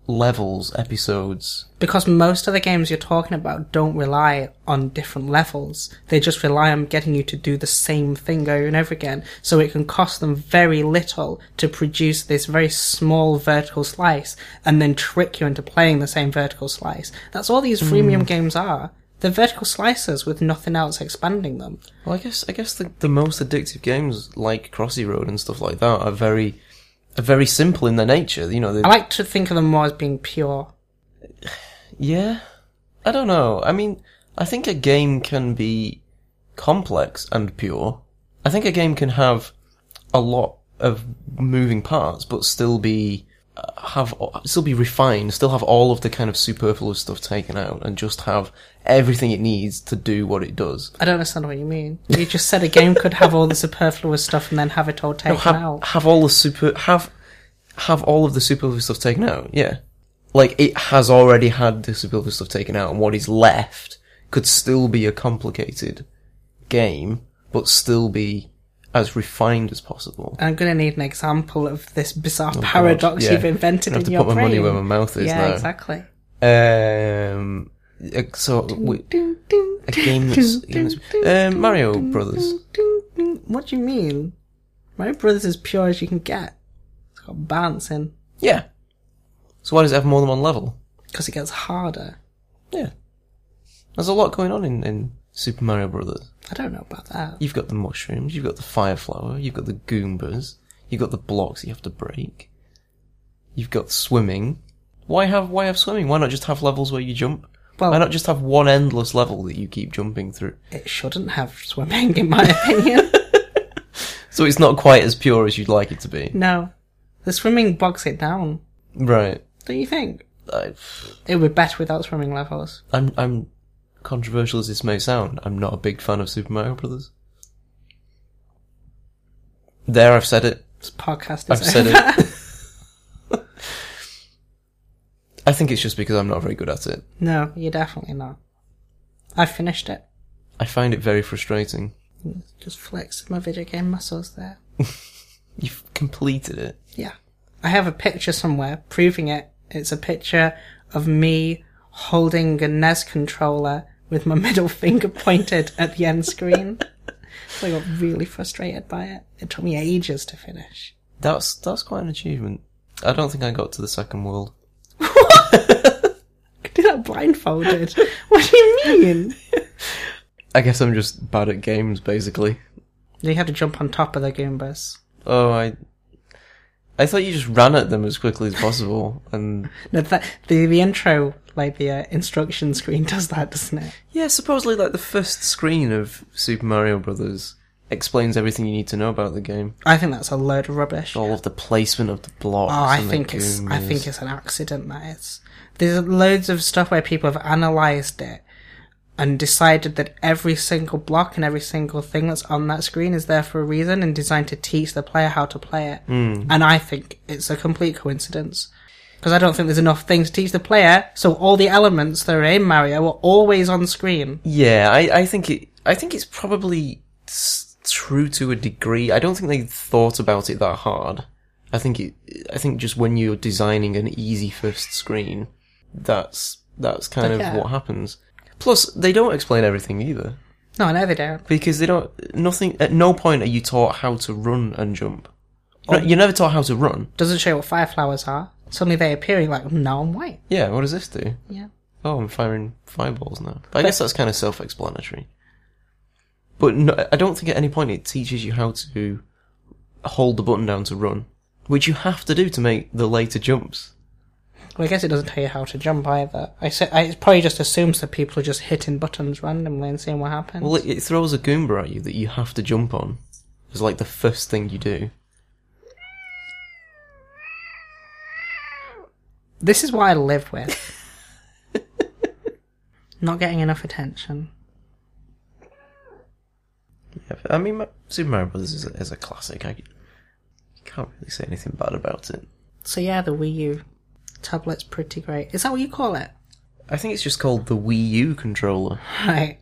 levels, episodes.
because most of the games you're talking about don't rely on different levels. They just rely on getting you to do the same thing over and over again. So it can cost them very little to produce this very small vertical slice and then trick you into playing the same vertical slice. That's all these freemium games are. They're vertical slices with nothing else expanding them.
Well, I guess I guess the the most addictive games like Crossy Road and stuff like that are very are very simple in their nature. You know, they,
I like to think of them more as being pure.
Yeah. I don't know. I mean, I think a game can be complex and pure. I think a game can have a lot of moving parts, but still be uh, have still be refined, still have all of the kind of superfluous stuff taken out, and just have everything it needs to do what it does.
I don't understand what you mean. You just said a game could have all the superfluous stuff and then have it all taken
Have,
out.
have all the super have have all of the superfluous stuff taken out. Yeah, like it has already had the superfluous stuff taken out, and what is left could still be a complicated game, but still be as refined as possible.
I'm going to need an example of this bizarre paradox
Oh, yeah.
you've invented
I have
in
to
your
put my
brain.
money where my mouth is
yeah,
now.
exactly.
Um, uh, so we, a game that's,
*laughs*
a game that's- uh, Mario Brothers.
What do you mean? Mario Brothers is pure as you can get. It's got balancing
Yeah. So why does it have more than one level?
because it gets harder.
Yeah. There's a lot going on in, in Super Mario Brothers.
I don't know about that.
You've got the mushrooms, you've got the fire flower, you've got the goombas, you've got the blocks that you have to break. You've got swimming. Why have why have swimming? Why not just have levels where you jump?
Well-
why not just have one endless level that you keep jumping through?
It shouldn't have swimming, in my
*laughs*
opinion.
So it's not quite as pure as you'd like it to be.
no, the swimming bogs it down.
Right.
Don't you think?
I,
It would be better without swimming levels.
I'm I'm controversial as this may sound, I'm not a big fan of Super Mario Brothers. There I've said it.
This podcast
I've
is
said it. *laughs* I think it's just because I'm not very good at it.
No, you're definitely not. I finished it.
I find it very frustrating.
Just flexed my video game muscles there.
You've completed it.
Yeah. I have a picture somewhere proving it. It's a picture of me holding a NES controller with my *laughs* middle finger pointed at the end screen. So I got really frustrated by it. It took me ages to finish.
That's that's quite an achievement. I don't think I got to the second world.
I did that blindfolded. what do you mean?
I guess I'm just bad at games, basically.
You had to jump on top of the Goombas.
Oh, I I thought you just ran at them as quickly as possible, and
No, that, the, the intro, like the uh, instruction screen *laughs* does that, doesn't it?
yeah, supposedly like the first screen of Super Mario Brothers explains everything you need to know about the game.
I think that's a load of rubbish.
All of the placement of the blocks.
Oh, I
and the
think it's I
Goombas.
think it's an accident that is. There's loads of stuff where people have analysed it and decided that every single block and every single thing that's on that screen is there for a reason and designed to teach the player how to play it. Mm. And I think it's a complete coincidence. Because I don't think there's enough things to teach the player, so all the elements that are in Mario are always on screen.
Yeah, I, I think it. I think it's probably s- true to a degree. I don't think they thought about it that hard. I think it. I think just when you're designing an easy first screen, that's that's kind of
Yeah.
what happens. Plus, they don't explain everything either
No, I know they don't.
because they don't. Nothing. At no point are you taught how to run and jump. You're, not- you're never taught how to run.
Doesn't show what fire flowers are. Suddenly they appear and you're like, no, I'm white.
Yeah. What does this do?
Yeah.
Oh, I'm firing fireballs now. But I guess that's kind of self-explanatory. But no, I don't think at any point it teaches you how to hold the button down to run, which you have to do to make the later jumps.
Well, I guess it doesn't tell you how to jump either. I, se- I it probably just assumes that people are just hitting buttons randomly and seeing what happens.
Well, it, it throws a Goomba at you that you have to jump on. It's like the first thing you do.
this is what I live with. *laughs* Not getting enough attention.
Yeah, I mean, Ma- Super Mario Brothers is a, is a classic. I can't really say anything bad about it.
So yeah, the Wii U tablet's pretty great. Is that what you call it?
I think it's just called the Wii U controller.
Right.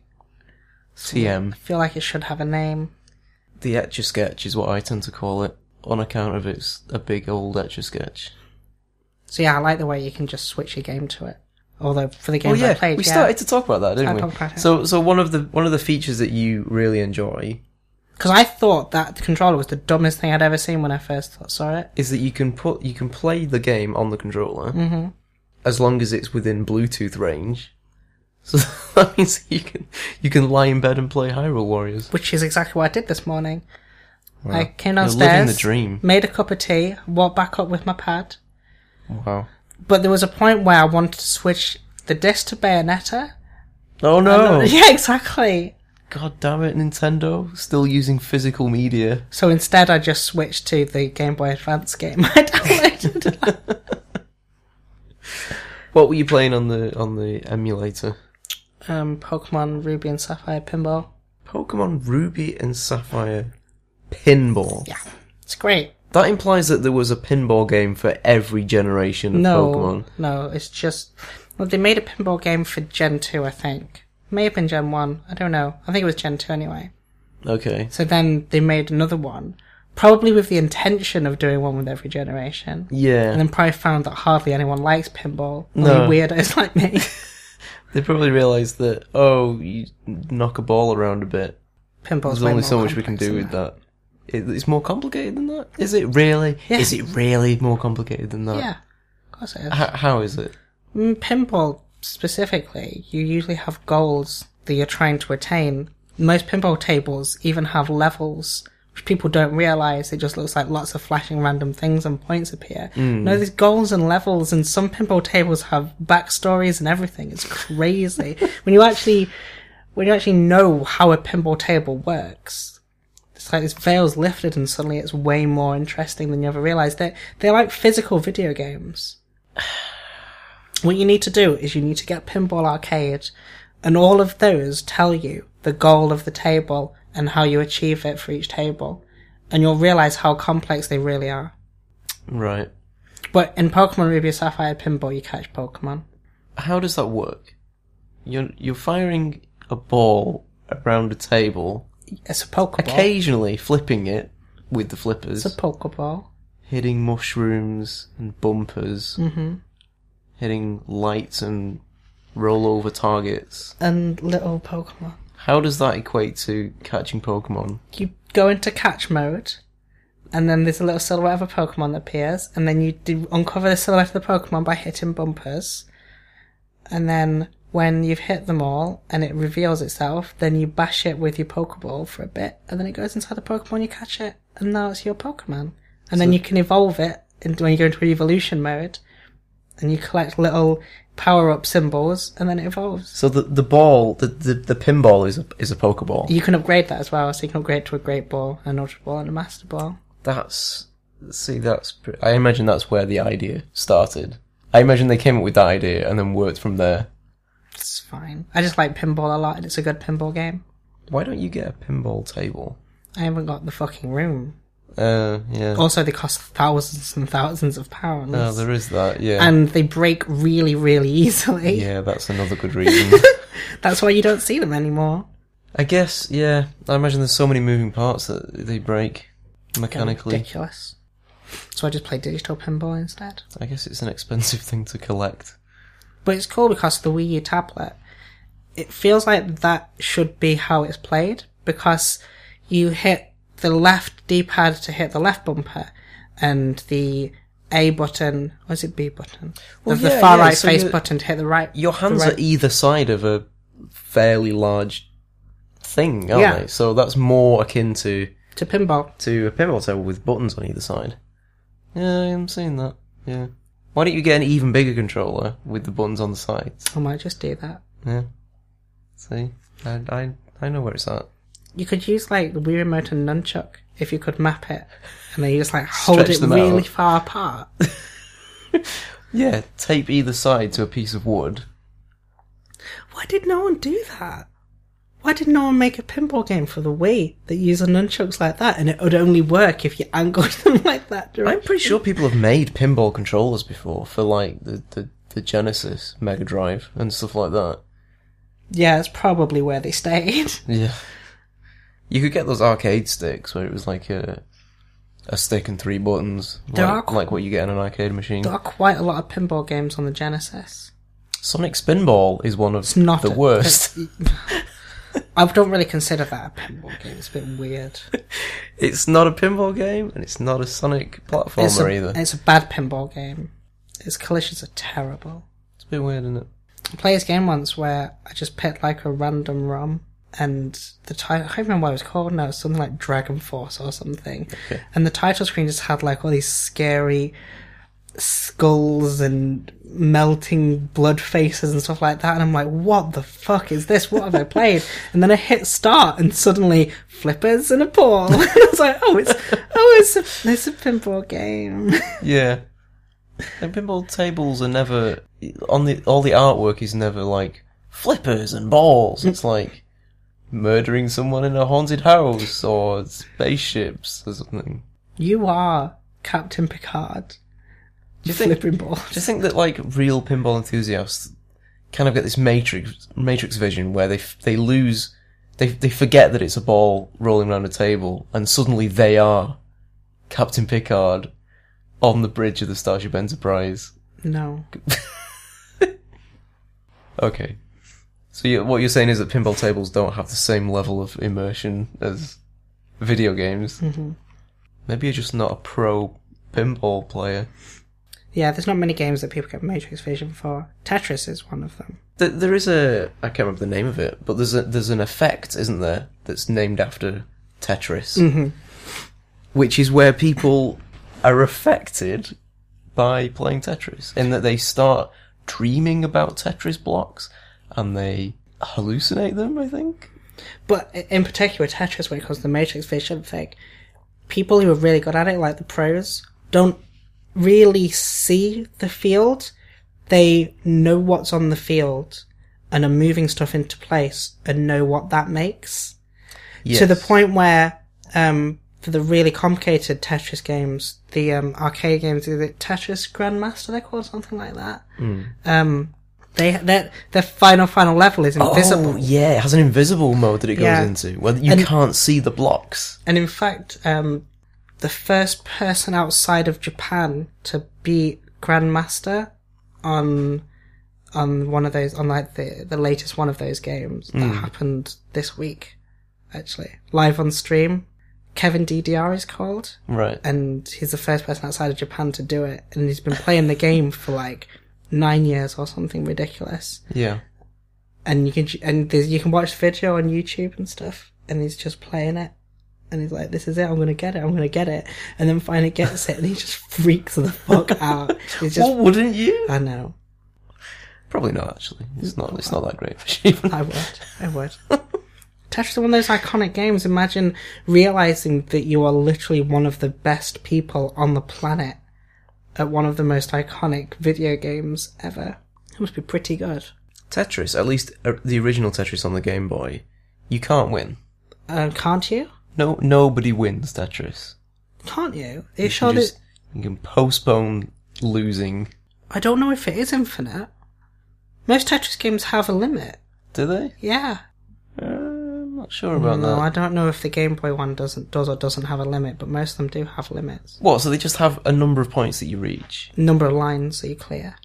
TM.
I feel like it should have a name.
The Etch a Sketch is what I tend to call it, on account of it's a big old Etch a Sketch.
So yeah, I like the way you can just switch your game to it. Although for the
Well,
games
Oh, yeah,
I played,
we
yeah,
started to talk about that, didn't
I
we?
talked about it.
So, so one of the one of the features that you really enjoy
because I thought that the controller was the dumbest thing I'd ever seen when I first saw it.
is that you can put you can play the game on the controller
Mm-hmm.
as long as it's within Bluetooth range. *laughs* So that means you can you can lie in bed and play Hyrule Warriors.
which is exactly what I did this morning. I came
You're
downstairs,
living the dream.
made a cup of tea, walked back up with my pad.
Wow.
But there was a point where I wanted to switch the disc to Bayonetta.
Oh no!
*laughs* Yeah, exactly.
God damn it, Nintendo! Still using physical media.
So instead, I just switched to the Game Boy Advance game *laughs* I downloaded.
*laughs* What were you playing on the on the emulator?
um, Pokemon Ruby and Sapphire Pinball.
Pokemon Ruby and Sapphire Pinball.
Yeah, it's great.
That implies that there was a pinball game for every generation of
No,
Pokemon.
no, it's just well, they made a pinball game for Gen two, I think. May have been Gen one. I don't know. I think it was Gen two anyway.
Okay.
So then they made another one, probably with the intention of doing one with every generation.
Yeah.
And then probably found that hardly anyone likes pinball. Only
No.
weirdos *laughs* like me.
They probably realised that, oh, you knock a ball around a bit.
Pinball's
There's
way
only
more
so much we can
complex
do
than
with that. It, it's more complicated than that? Is it really?
Yeah.
Is it really more complicated than that?
Yeah, of course it is.
H- how is it?
Mm, pinball specifically, you usually have goals that you're trying to attain. Most pinball tables even have levels, which people don't realize. It just looks like lots of flashing random things and points appear. No, there's goals and levels, and some pinball tables have backstories and everything. It's crazy when you actually when you actually know how a pinball table works. It's like this veil's lifted, and suddenly it's way more interesting than you ever realized. They're, they're like physical video games. What you need to do is you need to get Pinball Arcade, and all of those tell you the goal of the table and how you achieve it for each table. And you'll realize how complex they really are.
Right.
But in Pokemon Ruby Sapphire Pinball, you catch Pokemon.
How does that work? You're, you're firing a ball around a table,
It's a Pokeball.
occasionally flipping it with the flippers,
It's a Pokeball.
hitting mushrooms and bumpers, mm-hmm. hitting lights and rollover targets.
And little Pokemon.
How does that equate to catching Pokemon?
you go into catch mode, and then there's a little silhouette of a Pokemon that appears, and then you do uncover the silhouette of the Pokemon by hitting bumpers, and then when you've hit them all and it reveals itself, then you bash it with your Pokeball for a bit, and then it goes inside the Pokemon, you catch it, and now it's your Pokemon. And then you can evolve it into, when you go into evolution mode, and you collect little power up symbols, and then it evolves.
So the the ball, the the, the pinball is a is a pokeball.
You can upgrade that as well, so you can upgrade to a Great Ball, an Ultra Ball, and a Master Ball.
That's see, that's pre- I imagine that's where the idea started. I imagine they came up with that idea and then worked from there.
It's fine. I just like pinball a lot, and it's a good pinball game.
Why don't you get a pinball table?
I haven't got the fucking room.
Uh, yeah. Oh,
Also, they cost thousands and thousands of pounds,
there is that. Oh, Yeah,
and they break really, really easily.
yeah, that's another good reason.
That's why you don't see them anymore.
I guess. Yeah, I imagine there's so many moving parts that they break
They're
mechanically.
ridiculous. So I just play digital pinball instead.
I guess it's an expensive *laughs* thing to collect.
But it's cool because the Wii U tablet, it feels like that should be how it's played because you hit the left D-pad to hit the left bumper and the A button, or is it B button?
Well,
the, the
yeah,
far
yeah,
right
so
face
your-
button to hit the right.
Your hands
right-
are either side of a fairly large thing, aren't
Yeah.
they? So that's more akin to
to pinball.
to a pinball table with buttons on either side. Yeah, I'm seeing that. Yeah. Why don't you get an even bigger controller with the buttons on the sides?
Oh, I might just do that.
Yeah. See, I I, I know where it's at.
You could use like the Wii remote and nunchuck if you could map it, and then you just like hold
Stretch
it
them
really
out.
far apart.
Yeah, tape either side to a piece of wood.
Why did no one do that? Why did no one make a pinball game for the Wii that uses nunchucks like that? And it would only work if you angled *laughs* them like that.
I'm
Right?
pretty sure people have made pinball controllers before for like the, the, the Genesis, Mega Drive, and stuff like that.
Yeah, it's probably where they stayed.
Yeah. You could get those arcade sticks where it was like a a stick and three buttons,
There
like,
are-
like what you get in an arcade machine.
There are quite a lot of pinball games on the Genesis.
Sonic Spinball is one of
It's not
the
a- *laughs*
worst.
I don't really consider that a pinball game. It's a bit weird.
It's not a pinball game, and it's not a Sonic platformer
It's a,
either.
it's a bad pinball game. Its collisions are terrible.
It's a bit weird, isn't it?
I played this game once where I just picked like a random ROM and the title, I can't remember what it was called now, it was something like Dragon Force or something. And the title screen just had like all these scary skulls and melting blood faces and stuff like that. And I'm like, what the fuck is this? What have I
*laughs*
played? And then I hit start and suddenly flippers and a ball. *laughs* I was like, oh, it's, oh, it's a, it's a pinball game. *laughs*
Yeah. And pinball tables are never on the all the artwork is never like flippers and balls. It's like murdering someone in a haunted house or spaceships or something.
you are Captain Picard.
Do you think do
Flipping ball.
you think that like real pinball enthusiasts kind of get this matrix matrix vision where they f- they lose they they forget that it's a ball rolling around a table, and suddenly they are Captain Picard on the bridge of the Starship Enterprise.
No.
Okay, so you, what you're saying is that pinball tables don't have the same level of immersion as video games.
hmm
Maybe you're just not a pro pinball player.
Yeah, there's not many games that people get Matrix Vision for. Tetris is one of them.
Th- There is a I can't remember the name of it, but there's a, there's an effect, isn't there, that's named after Tetris,
Mm-hmm.
which is where people are affected by playing Tetris, in that they start dreaming about Tetris blocks and they hallucinate them. I think.
But i- in particular, Tetris, when it comes to the Matrix Vision thing, people who are really good at it, like the pros, don't really see the field. They know what's on the field and are moving stuff into place and know what that makes. To the
Yes.
point where, um, for the really complicated Tetris games, the um, arcade games, is it Tetris Grandmaster? They're called something like that.
Hmm.
Um, they their their final final level is invisible.
Oh, yeah, it has an invisible mode that it goes
Yeah.
into, where you can't see the blocks.
And in fact, um, the first person outside of Japan to beat Grandmaster on on one of those on like the the latest one of those games
Hmm.
that happened this week, actually live on stream. Kevin DDR is called,
Right.
and he's the first person outside of Japan to do it, and he's been playing the game for like nine years or something ridiculous.
Yeah.
And you can and there's, you can watch the video on YouTube and stuff, and he's just playing it and he's like, "This is it. I'm gonna get it. I'm gonna get it." And then finally gets it, and he just *laughs* freaks the fuck out. He's just,
well, wouldn't you?
I know,
Probably not. Actually, it's not. It's not that great for achievement.
I would, I would. Tetris is one of those iconic games. Imagine realizing that you are literally one of the best people on the planet at one of the most iconic video games ever. It must be pretty good.
*laughs* Tetris, at least uh, the original Tetris on the Game Boy, you can't win.
Uh, can't you?
No, nobody wins Tetris.
Can't you? Are you
You
sure
just-
that-
you can postpone losing.
I don't know if it is infinite. Most Tetris games have a limit.
Do they?
Yeah.
Uh, I'm not sure about
No,
that.
I don't know if the Game Boy one doesn't does or doesn't have a limit, but most of them do have limits.
What? So they just have a number of points that you reach.
Number of lines that you clear.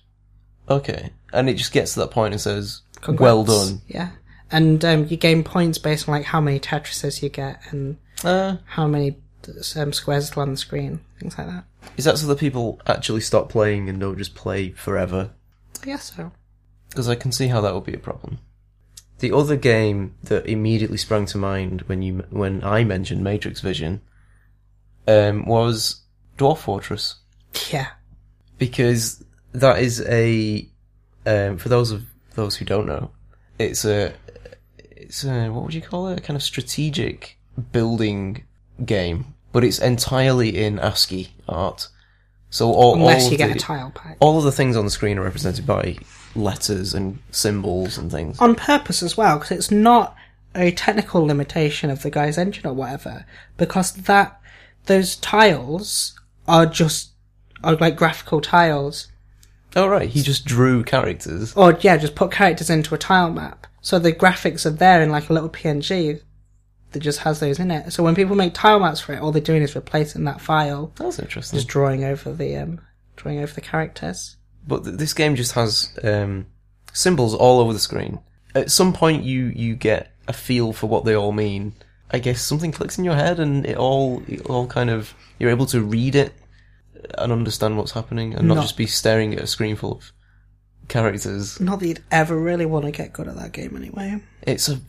Okay, and it just gets to that point and says,
Congrats.
"Well done."
Yeah, and um, you gain points based on like how many Tetrises you get and
Uh,
how many um, squares are on the screen, things like that.
is that so that people actually stop playing and don't just play forever?
I guess so.
Because I can see how that would be a problem. The other game that immediately sprang to mind when you when I mentioned Matrix Vision um, was Dwarf Fortress
Yeah.
because that is a um, for those of those who don't know, it's a it's a what would you call it? A kind of strategic building game, but it's entirely in ASCII art. So all, all
Unless you
of
get
the,
a tile pack.
all of the things on the screen are represented by letters and symbols and things.
on purpose as well, because it's not a technical limitation of the guy's engine or whatever, because that those tiles are just are like graphical tiles,
Oh right, he just drew characters.
or yeah, just put characters into a tile map. So the graphics are there in like a little PNG that just has those in it. So when people make tile maps for it, all they're doing is replacing that file,
That's interesting.
just drawing over the um, drawing over the characters.
But th- this game just has um, symbols all over the screen. At some point, you you get a feel for what they all mean. I guess something clicks in your head, and it all it all kind of you're able to read it and understand what's happening, and not
No.
just be staring at a screen full of characters.
Not that you'd ever really want to get good at that game anyway.
It's a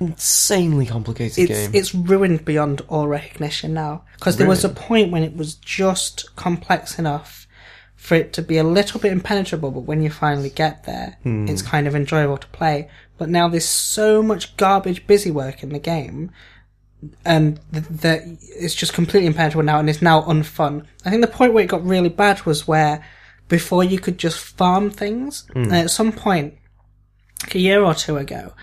insanely complicated
it's
game.
it's ruined beyond all recognition now because there was a
Really?
point when it was just complex enough for it to be a little bit impenetrable but when you finally get there
Hmm.
it's kind of enjoyable to play but now there's so much garbage busy work in the game um, th- that it's just completely impenetrable now and it's now unfun. I think the point where it got really bad was where before you could just farm things,
Hmm.
and at some point, like a year or two ago,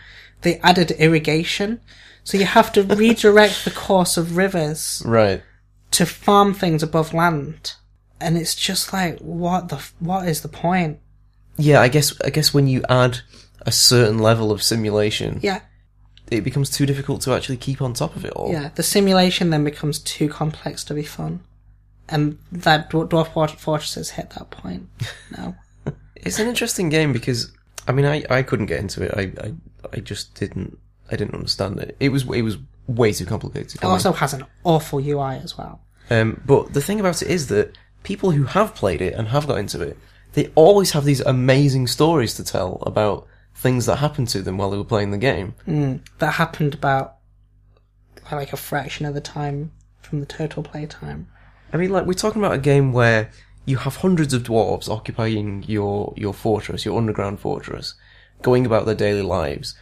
they added irrigation. So you have to redirect the course of rivers
right.
to farm things above land. And it's just like, what the, f- what is the point?
Yeah, I guess I guess when you add a certain level of simulation,
Yeah.
it becomes too difficult to actually keep on top of it all.
Yeah, the simulation then becomes too complex to be fun, and that Dwar- Dwarf Fort- Fortresses hit that point. *laughs* No,
It's an interesting game because I mean I, I couldn't get into it. I, I I just didn't I didn't understand it. It was it was way too complicated.
it
for me.
also has an awful UI as well.
Um, but the thing about it is that people who have played it and have got into it, they always have these amazing stories to tell about things that happened to them while they were playing the game.
That happened about like a fraction of the time from the total play time.
I mean, like we're talking about a game where you have hundreds of dwarves occupying your your fortress, your underground fortress, going about their daily lives,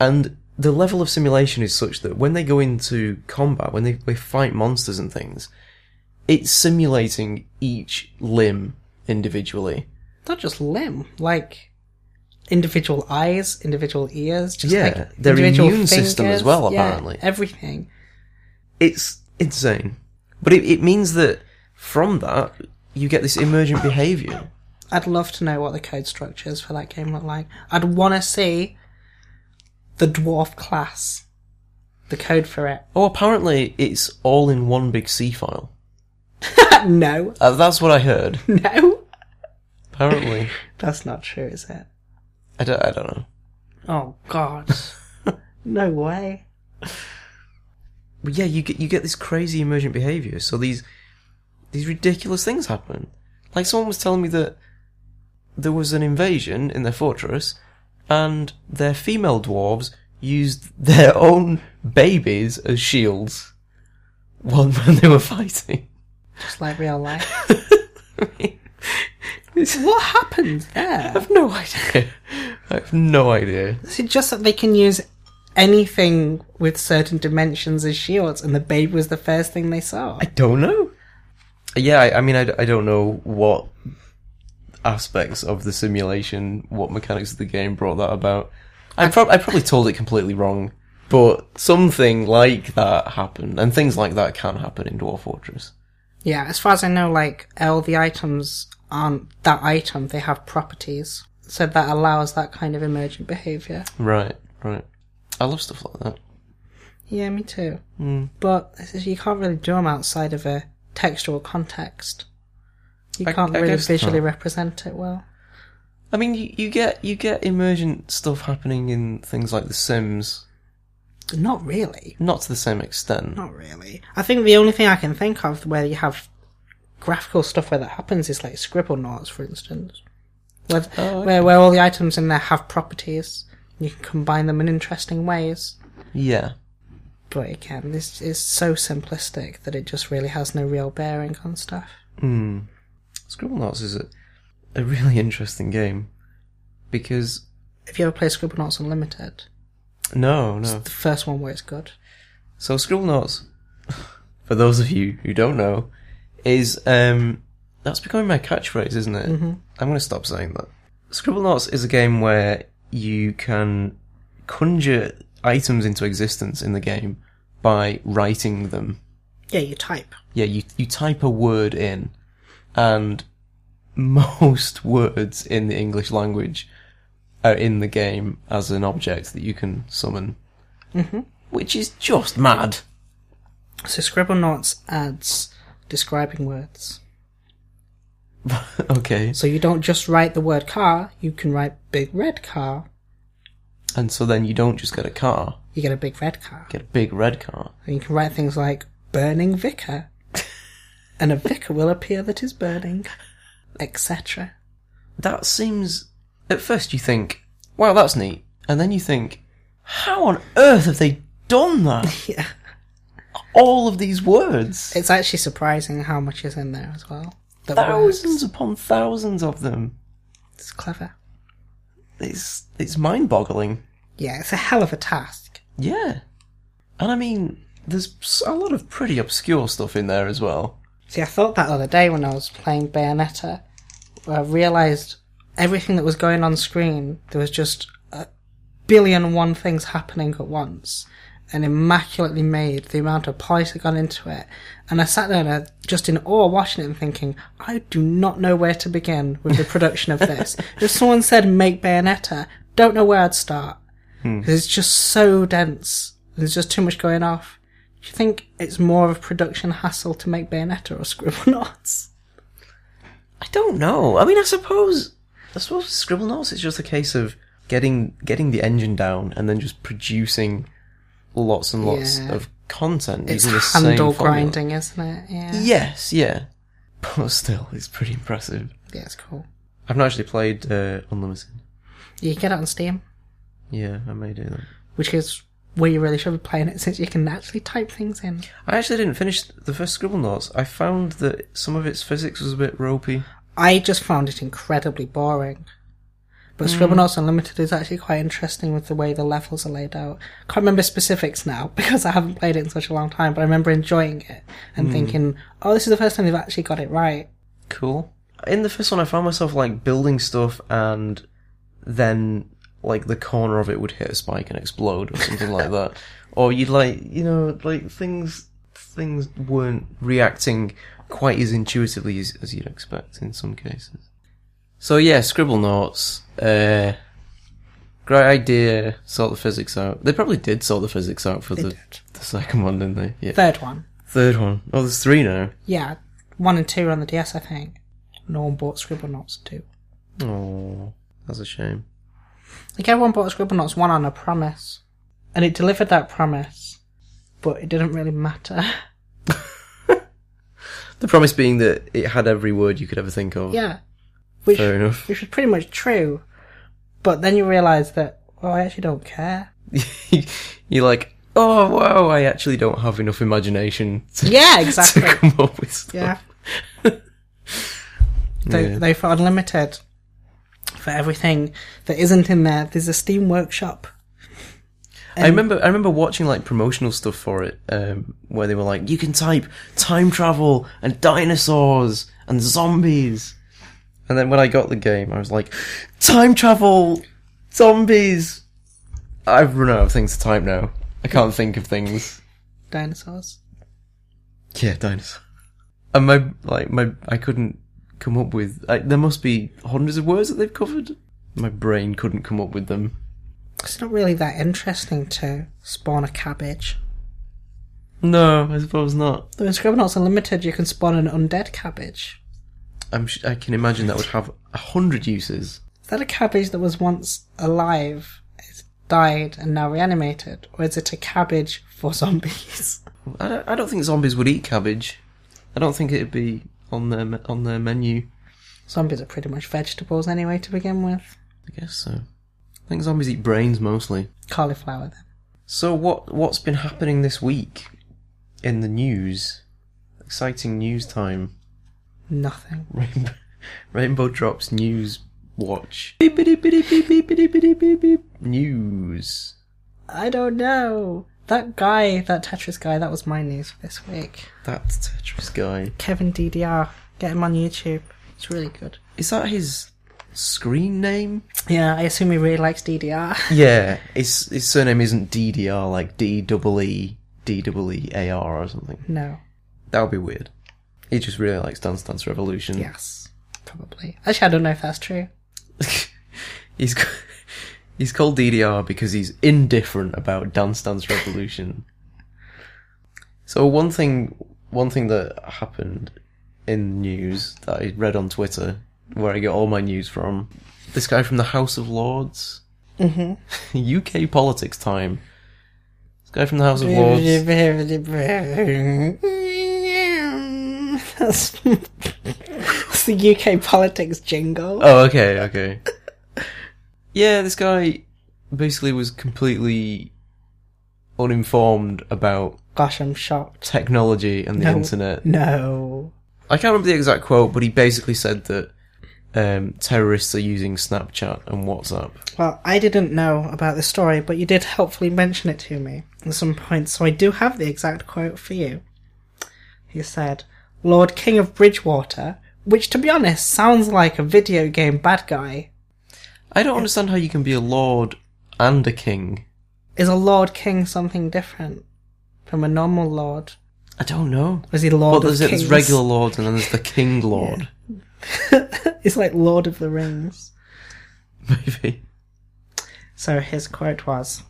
and the level of simulation is such that when they go into combat, when they, they fight monsters and things, it's simulating each limb individually.
Not just limb, like individual eyes, individual ears. Just
Yeah,
like
their
individual
immune system as
fingers.
well,
Yeah,
apparently.
everything.
It's insane, but it, it means that from that you get this emergent behavior.
I'd love to know what the code structures for that game look like. I'd want to see the dwarf class, the code for it. *coughs*
Oh, apparently it's all in one big C file.
no, *coughs*
Uh, that's what I heard.
no,
Apparently,
that's not true, is it?
I don't, I don't know.
Oh God,
*laughs*
no way.
But yeah, you get you get this crazy emergent behavior. So these these ridiculous things happen. Like someone was telling me that there was an invasion in their fortress, and their female dwarves used their *laughs* own babies as shields. *laughs* One when they were fighting.
Just like real
*laughs*
life.
It's-
what happened there?
I've no idea. *laughs* I have no idea.
Is it just that they can use anything with certain dimensions as shields, and the babe was the first thing they saw?
I don't know. Yeah, I, I mean, I, d- I don't know what aspects of the simulation, what mechanics of the game brought that about. I, prob- I probably told it completely wrong, but something like that happened, and things like that can happen in Dwarf Fortress.
Yeah, as far as I know, like all the items aren't that item; they have properties, so that allows that kind of emergent behavior.
Right, right. I love stuff like that.
Yeah, me too.
Hmm.
But this is- you can't really do them outside of a textual context. You
I-
can't
I
really
guess
visually
not.
represent it well.
I mean, you, you get you get emergent stuff happening in things like The Sims,
Not really.
not to the same extent.
Not really. I think the only thing I can think of where you have graphical stuff where that happens is like scribble knots, for instance, where,
Oh,
where where all the items in there have properties. You can combine them in interesting ways.
Yeah,
But again, this is so simplistic that it just really has no real bearing on stuff.
Scribblenauts is a, a really interesting game because
If you ever play Scribblenauts Unlimited,
No, no.
the first one where it's good.
So Scribblenauts, *laughs* for those of you who don't know, is um that's becoming my catchphrase, isn't it? Mm-hmm. I'm going to stop saying that. Scribblenauts is a game where you can conjure items into existence in the game by writing them.
Yeah, you type.
Yeah, you you type a word in, and *laughs* most words in the English language are in the game as an object that you can summon, mm-hmm. which is just mad. *laughs*
So Scribblenauts adds describing words.
okay,
So you don't just write the word car, you can write big red car.
and so then you don't just get a car,
You get a big red car.
you get a big red car.
And you can write things like burning vicar. and a vicar will appear that is burning, etc.
That seems. At first you think, wow, that's neat, and then you think, how on earth have they
*laughs*
done that?
Yeah.
All of these words,
It's actually surprising how much is in there as well. That works.
thousands upon thousands of them.
It's clever.
It's it's mind-boggling.
Yeah, it's a hell of a task.
Yeah. And I mean, there's s- a lot of pretty obscure stuff in there as well.
See, I thought that the other day when I was playing Bayonetta, where I realised everything that was going on screen, there was just a billion and one things happening at once, and immaculately made the amount of polish that gone into it. And I sat there and I, just in awe watching it and thinking, I do not know where to begin with the production of this. if someone said make Bayonetta, don't know where I'd start. 'Cause it's just so dense. There's just too much going off. Do you think it's more of a production hassle to make Bayonetta or Scribblenauts?
I don't know. I mean, I suppose I suppose with scribble notes. It's just a case of getting getting the engine down and then just producing lots and lots
Yeah.
of content
It's
using the same
handle
formula.
grinding, isn't it? Yeah.
Yes, yeah, but still, it's pretty impressive.
Yeah, it's cool.
I've not actually played uh, Unlimited.
You get it on Steam,
Yeah, I may do that.
which is where you really should be playing it since you can actually type things in.
I actually didn't finish the first Scribble Notes. I found that some of its physics was a bit ropey.
I just found it incredibly boring. But
Mm.
Scribblenauts Unlimited is actually quite interesting with the way the levels are laid out. Can't remember specifics now *laughs* because I haven't played it in such a long time, but I remember enjoying it and
Mm.
thinking, oh, this is the first time they've actually got it right.
Cool. In the first one, I found myself like building stuff, and then like the corner of it would hit a spike and explode or something
*laughs*
like that. Or you'd like, you know, like things things weren't reacting quite as intuitively as, as you'd expect in some cases. So yeah, scribble notes. Uh, great idea. Sort the physics out. They probably did sort the physics out for
They
the,
did.
the second one, didn't they? Yeah.
Third one.
Third one. Oh, there's three now.
Yeah, one and two are on the DS, I think. No one bought Scribblenauts 2.
Oh, that's a shame.
Like everyone bought Scribblenauts 1 on a promise. And it delivered that promise, but it didn't really matter. *laughs*
The promise being that it had every word you could ever think of.
yeah. Which,
Fair enough. *laughs*
which was pretty much true. But then you realise that, oh, I actually don't care.
You're like, oh wow, I actually don't have enough imagination *laughs* to,
Yeah,
to *laughs*
exactly.
come up with stuff.
yeah. they,
Yeah.
They've unlimited for everything that isn't in there. There's a Steam Workshop.
I remember, I remember watching like promotional stuff for it, um, where they were like, you can type time travel and dinosaurs and zombies. And then when I got the game, I was like, time travel, zombies. I've run out of things to type now. I can't think of things.
Dinosaurs.
Yeah, dinosaur. And my like my I couldn't come up with. I, there must be hundreds of words that they've covered. My brain couldn't come up with them.
It's not really that interesting to spawn a cabbage.
No, I suppose not.
Though in Scribblenauts Unlimited, you can spawn an undead cabbage.
I'm sh- I can imagine that would have a hundred uses.
Is that a cabbage that was once alive, it's died, and now reanimated? Or is it a cabbage for *laughs* zombies?
I don't, I don't think zombies would eat cabbage. I don't think it'd be on their me- on their menu.
Zombies are pretty much vegetables anyway to begin with.
I guess so. I think zombies eat brains mostly.
Cauliflower then.
So what what's been happening this week in the news? Exciting news time.
Nothing.
Rainbow, *laughs* Rainbow Drops News Watch. Beep, beep, beep, beep, beep, beep, beep, beep, beep, beep. News.
I don't know. That guy, that Tetris guy, that was my news for this week.
That's Tetris guy.
Kevin DDR. Get him on YouTube. It's really good.
Is that his screen name?
Yeah, I assume he really likes DDR.
Yeah, *laughs* his his surname isn't DDR like D double E D double E A R or something.
*laughs* no.
That would be weird. He just really likes Dance Dance Revolution.
Yes. Probably. Actually, I don't know if that's true.
he's *laughs* c- he's called DDR because he's indifferent about Dance Dance Revolution. so one thing one thing that happened in news that I read on Twitter, where I get all my news from, this guy from the House of Lords, *laughs* mm-hmm. UK politics time. This guy from the House of Lords.
that's, that's *laughs* the UK politics jingle.
Oh, okay, okay. Yeah, this guy basically was completely uninformed about
Gosh, I'm shocked.
technology and the
No.
internet.
No.
I can't remember the exact quote, but he basically said that um, terrorists are using Snapchat and WhatsApp.
Well, I didn't know about this story, but you did helpfully mention it to me at some point, so I do have the exact quote for you. He said, Lord King of Bridgewater, which to be honest sounds like a video game bad guy,
I don't understand how you can be a lord and a king.
is a Lord King something different from a normal Lord?
I don't know.
Or is he
Well,
Lord
there's,
of
there's
Kings? *laughs*
regular lords and then there's the king lord, *laughs*
it's like Lord of the Rings.
maybe.
So his quote was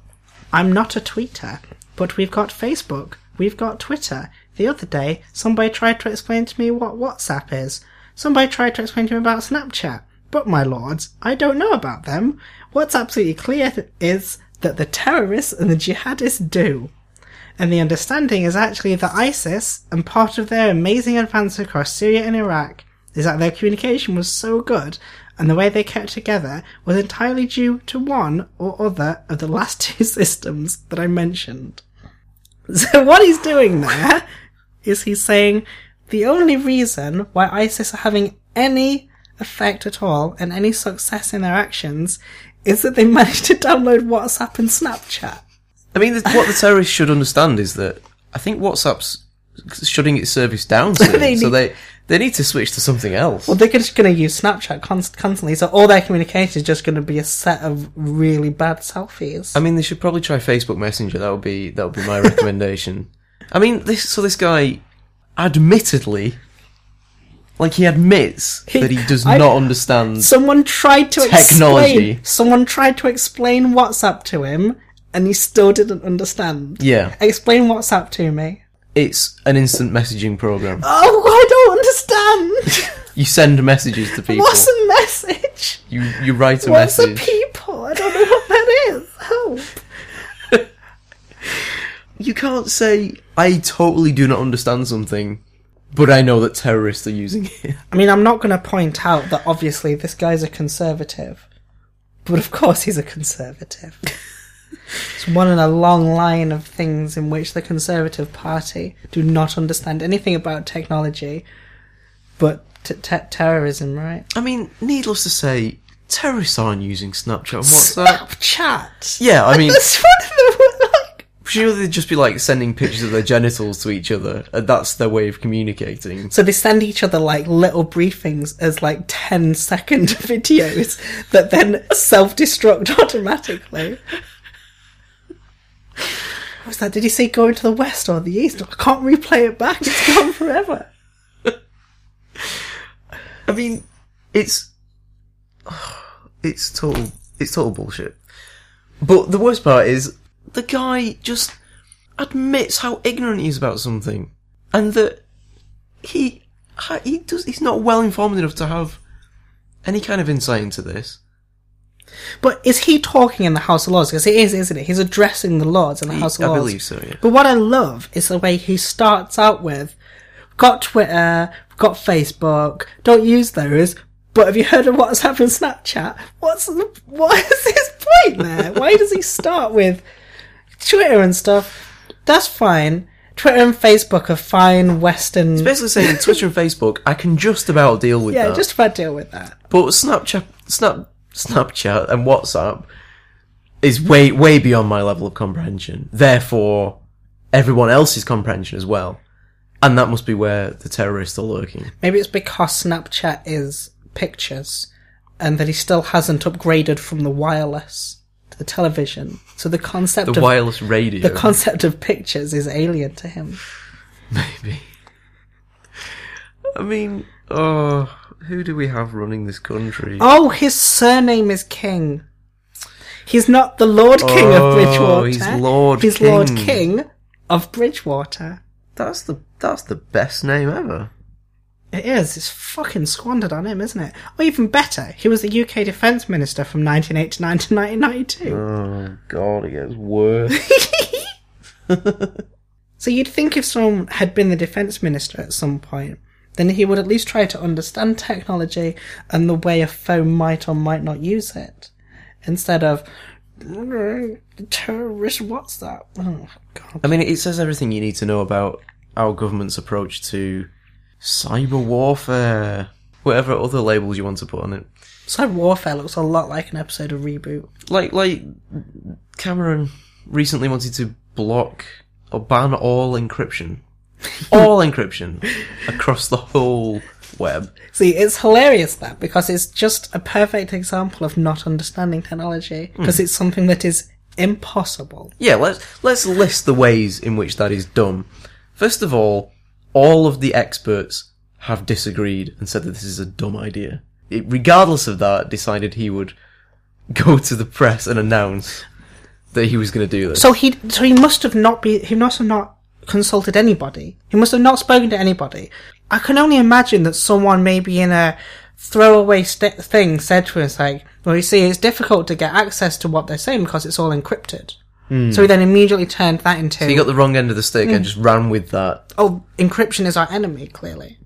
I'm not a tweeter, but we've got Facebook, we've got Twitter. The other day, somebody tried to explain to me what WhatsApp is. Somebody tried to explain to me about Snapchat. But my lords, I don't know about them. What's absolutely clear is that the terrorists and the jihadists do. And the understanding is actually that ISIS and part of their amazing advance across Syria and Iraq is that their communication was so good and the way they kept together was entirely due to one or other of the last *laughs* two systems that I mentioned. So what he's doing there is he's saying the only reason why ISIS are having any effect at all and any success in their actions is that they *laughs* managed to download WhatsApp and Snapchat.
I mean, th- what the terrorists should understand is that I think WhatsApp's shutting its
*laughs*
service down soon,
They
so
need-
they they need to switch to something else.
Well, they're just going to use Snapchat const- constantly, so all their communication is just going to be a set of really bad selfies.
I mean, they should probably try Facebook Messenger. That would be that would be my *laughs* recommendation. I mean, this so this guy, admittedly, like he admits
He-
that he does
I-
not understand.
Someone tried to
Technology.
explain. Someone tried to explain WhatsApp to him, and he still didn't understand.
Yeah,
Explain WhatsApp to me.
it's an instant messaging program.
Oh, I don't understand.
You send messages to
*laughs*
people.
What's a message?
You you write a
What's a
message.
people? I don't know what that is. Oh. Help.
you can't say I totally do not understand something, but I know that terrorists are using it.
I mean, I'm not going to point out that obviously this guy's a conservative, but of course he's a
*laughs*
conservative. it's one in a long line of things in which the Conservative Party do not understand anything about technology, but t- te- terrorism, right?
I mean, needless to say, terrorists aren't using Snapchat. and WhatsApp.
Snapchat.
*laughs* Yeah, I
*laughs*
mean- *laughs*
that's one of the like.
Presumably they'd just be like sending pictures of their genitals to each other, and that's their way of communicating.
So they send each other like little briefings as like 10 *laughs* second videos that then self destruct *laughs* automatically. What was that? Did he say go into the west or the east? I can't replay it back. It's gone *laughs* forever.
I mean, it's *sighs* it's total it's total bullshit. But the worst part is the guy just admits how ignorant he is about something, and that he ha- he does he's not well informed enough to have any kind of insight into this.
But is he talking in the House of Lords? Because he is, isn't it? He's addressing the Lords in the
He-
House of
I
Lords.
believe so, yeah.
But what I love is the way he starts out with, got Twitter, got Facebook, don't use those, but have you heard of what's happened on Snapchat? What's the, what is his point there? Why does he start with Twitter and stuff? That's fine. Twitter and Facebook are fine Western.
Basically saying Twitter and Facebook, I can just about deal with
yeah,
that.
just about deal with that.
But Snapchat, Snap, Snapchat, and WhatsApp is way, way beyond my level of comprehension. Therefore, everyone else's comprehension as well, and that must be where the terrorists are lurking.
Maybe it's because Snapchat is pictures and that he still hasn't upgraded from the wireless to the television. So the concept
The
of
wireless radio,
the
*laughs*
concept of pictures is alien to him.
maybe. I mean, oh, who do we have running this country?
Oh, his surname is King. He's not the Lord King
Oh,
of Bridgewater.
he's Lord
He's Lord
King.
King of Bridgewater.
That's the that's the best name ever.
It is. It's fucking squandered on him, isn't it? Or even better, he was the UK Defence Minister from 1989 to 1992.
Oh God, it gets worse.
So you'd think if someone had been the defense minister at some point, then he would at least try to understand technology and the way a phone might or might not use it, instead of terrorist WhatsApp. Oh God!
I mean, it says everything you need to know about our government's approach to cyber warfare, whatever other labels you want to put on it.
Cyber warfare looks a lot like an episode of Reboot.
Like, like Cameron recently wanted to block or ban all encryption, all encryption across the whole web.
See, it's hilarious that because it's just a perfect example of not understanding technology because it's something that is impossible.
Yeah, let's let's list the ways in which that is done. First of all, all of the experts have disagreed and said that this is a dumb idea. It, regardless of that, decided he would *laughs* go to the press and announce that he was going to do this.
So he so he must have not be he must have not consulted anybody. He must have not spoken to anybody. I can only imagine that someone maybe in a throwaway st- thing said to him, it's like, "Well, you see, it's difficult to get access to what they're saying because it's all encrypted." So he then immediately turned that into,
Hmm. he got the wrong end of the stick and just ran with that.
"Oh, encryption is our enemy." Clearly,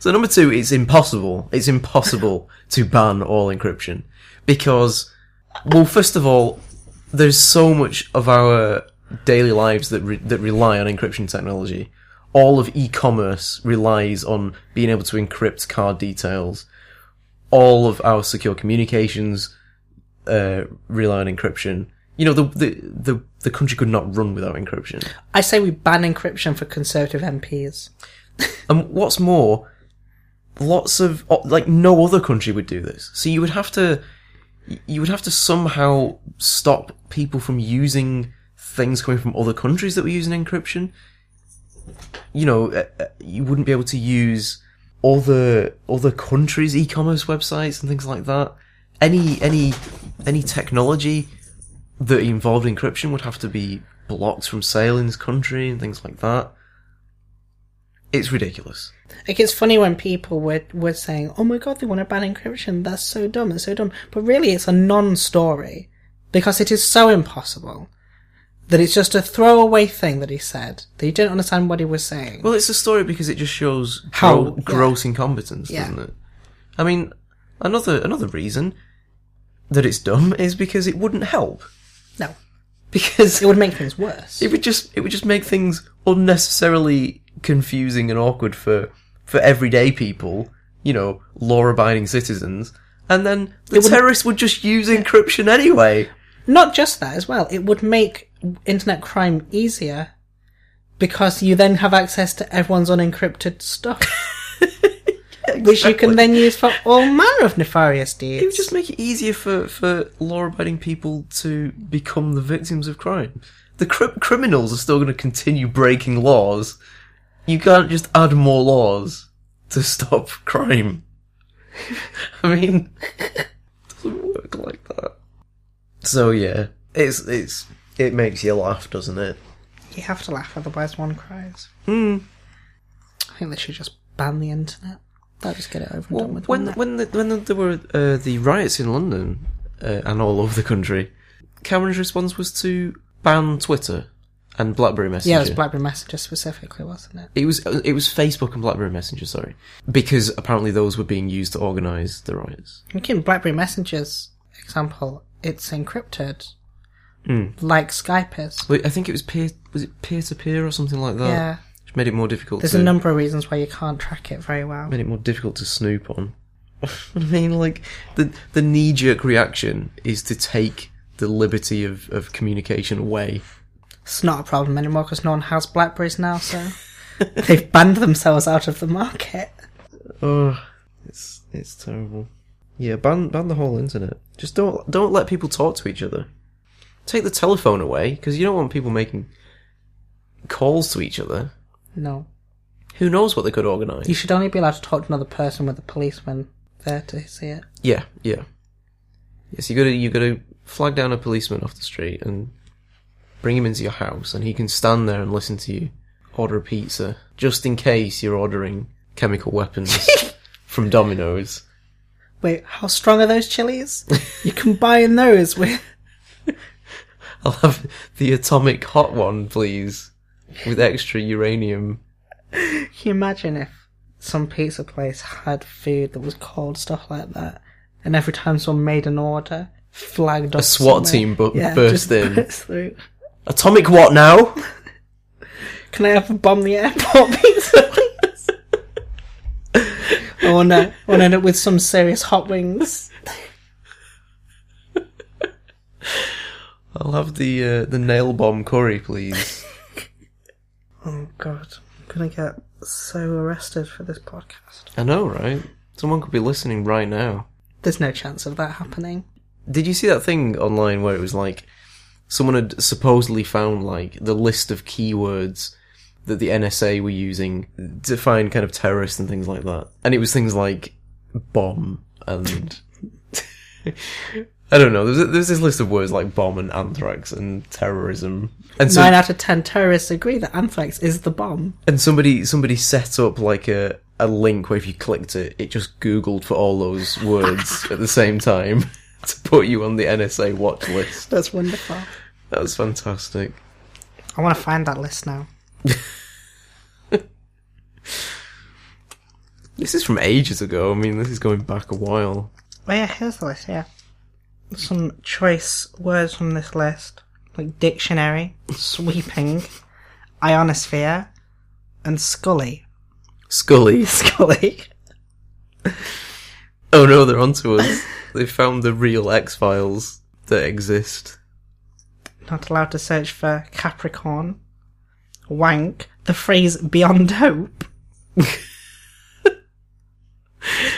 So number two, it's impossible. It's impossible *laughs* to ban all encryption because, well, first of all, there's so much of our daily lives that re- that rely on encryption technology. All of e-commerce relies on being able to encrypt card details. All of our secure communications uh, rely on encryption. You know, the, the the the country could not run without encryption.
I say we ban encryption for conservative MPs.
And what's more, lots of like no other country would do this. So you would have to, you would have to somehow stop people from using things coming from other countries that were using encryption. You know, uh, uh, you wouldn't be able to use other other countries' e-commerce websites and things like that. Any any any technology that involved encryption would have to be blocked from sale in this country and things like that. It's ridiculous.
Like it's funny when people were were saying, "Oh my god, they want to ban encryption. That's so dumb. It's so dumb." But really, it's a non-story because it is so impossible that it's just a throwaway thing that he said that you don't understand what he was saying.
Well, it's a story because it just shows
How-
gro-
yeah.
gross incompetence,
Yeah.
doesn't it? I mean, another another reason that it's dumb is because it wouldn't help.
no,
Because
it would make things worse.
it would just it would just make things unnecessarily confusing and awkward for for everyday people, you know, law-abiding citizens. And then the
It would-
terrorists would just use encryption anyway.
Not just that as well. It would make internet crime easier because you then have access to everyone's unencrypted stuff, which you can then use for all manner of nefarious deeds.
It would just make it easier for, for law abiding people to become the victims of crime. The cri- criminals are still going to continue breaking laws. You can't just add more laws to stop *laughs* crime. I mean, it doesn't work like that. So yeah, it's it's it makes you laugh, doesn't it?
You have to laugh, otherwise one cries.
Hmm.
I think they should just ban the internet. They'll just get it over and
Well,
done with.
when
wouldn't
when the, when there were uh, the riots in London uh, and all over the country, Cameron's response was to ban Twitter and BlackBerry
it?
Messenger.
yeah, it was BlackBerry Messenger specifically, wasn't it?
It was uh, it was Facebook and BlackBerry Messenger, sorry, because apparently those were being used to organise the riots.
Again, BlackBerry Messenger's example, it's encrypted,
Hmm.
like Skype is.
Wait, I think it was peer was it peer to peer or something like that,
yeah,
which made it more difficult.
there's
to,
a number of reasons why you can't track it very well.
made it more difficult to snoop on. *laughs* I mean, like the the knee jerk reaction is to take the liberty of, of communication away.
It's not a problem anymore because no one has Blackberries now, so *laughs* they've banned themselves out of the market.
Oh, it's it's terrible. Yeah, ban ban the whole internet. Just don't don't let people talk to each other. Take the telephone away because you don't want people making calls to each other.
No,
Who knows what they could organise?
you should only be allowed to talk to another person with the police when there to see it.
Yeah, yeah. Yes, you gotta you gotta flag down a policeman off the street and bring him into your house, and he can stand there and listen to you order a pizza, just in case you're ordering chemical weapons from Domino's.
Wait, how strong are those chilies? you combine those with.
*laughs* I'll have the atomic hot one, please, with extra uranium.
*laughs* Can you imagine if some pizza place had food that was called stuff like that, and every time someone made an order, flagged up
A SWAT
somewhere-
team bu-
yeah,
burst
just *laughs*
in.
burst through.
Atomic what now?
Can I have a bomb the airport pizza? please? I want to end up with some serious hot wings.
I'll have the uh, the nail bomb curry, please.
Oh god, I'm gonna get so arrested for this podcast.
I know, right? Someone could be listening right now.
There's no chance of that happening.
Did you see that thing online where it was like someone had supposedly found like the list of keywords that the NSA were using to find kind of terrorists and things like that, and it was things like bomb and *laughs* I don't know. There's, there's this list of words like bomb and anthrax and terrorism, and so
Nine out of ten terrorists agree that anthrax is the bomb.
and somebody somebody set up like a a link where if you clicked it, it just Googled for all those words at the same time *laughs* to put you on the NSA watch list.
That's wonderful.
That was fantastic.
I want to find that list now.
This is from ages ago. I mean, this is going back a while.
Oh yeah, here's the list. Yeah, some choice words from this list, like dictionary, sweeping, ionosphere, and Scully. *laughs*
Scully.
Scully.
Oh no, they're onto us. *laughs* they found the real X Files that exist.
Not allowed to search for Capricorn. Wank. The phrase beyond hope. *laughs*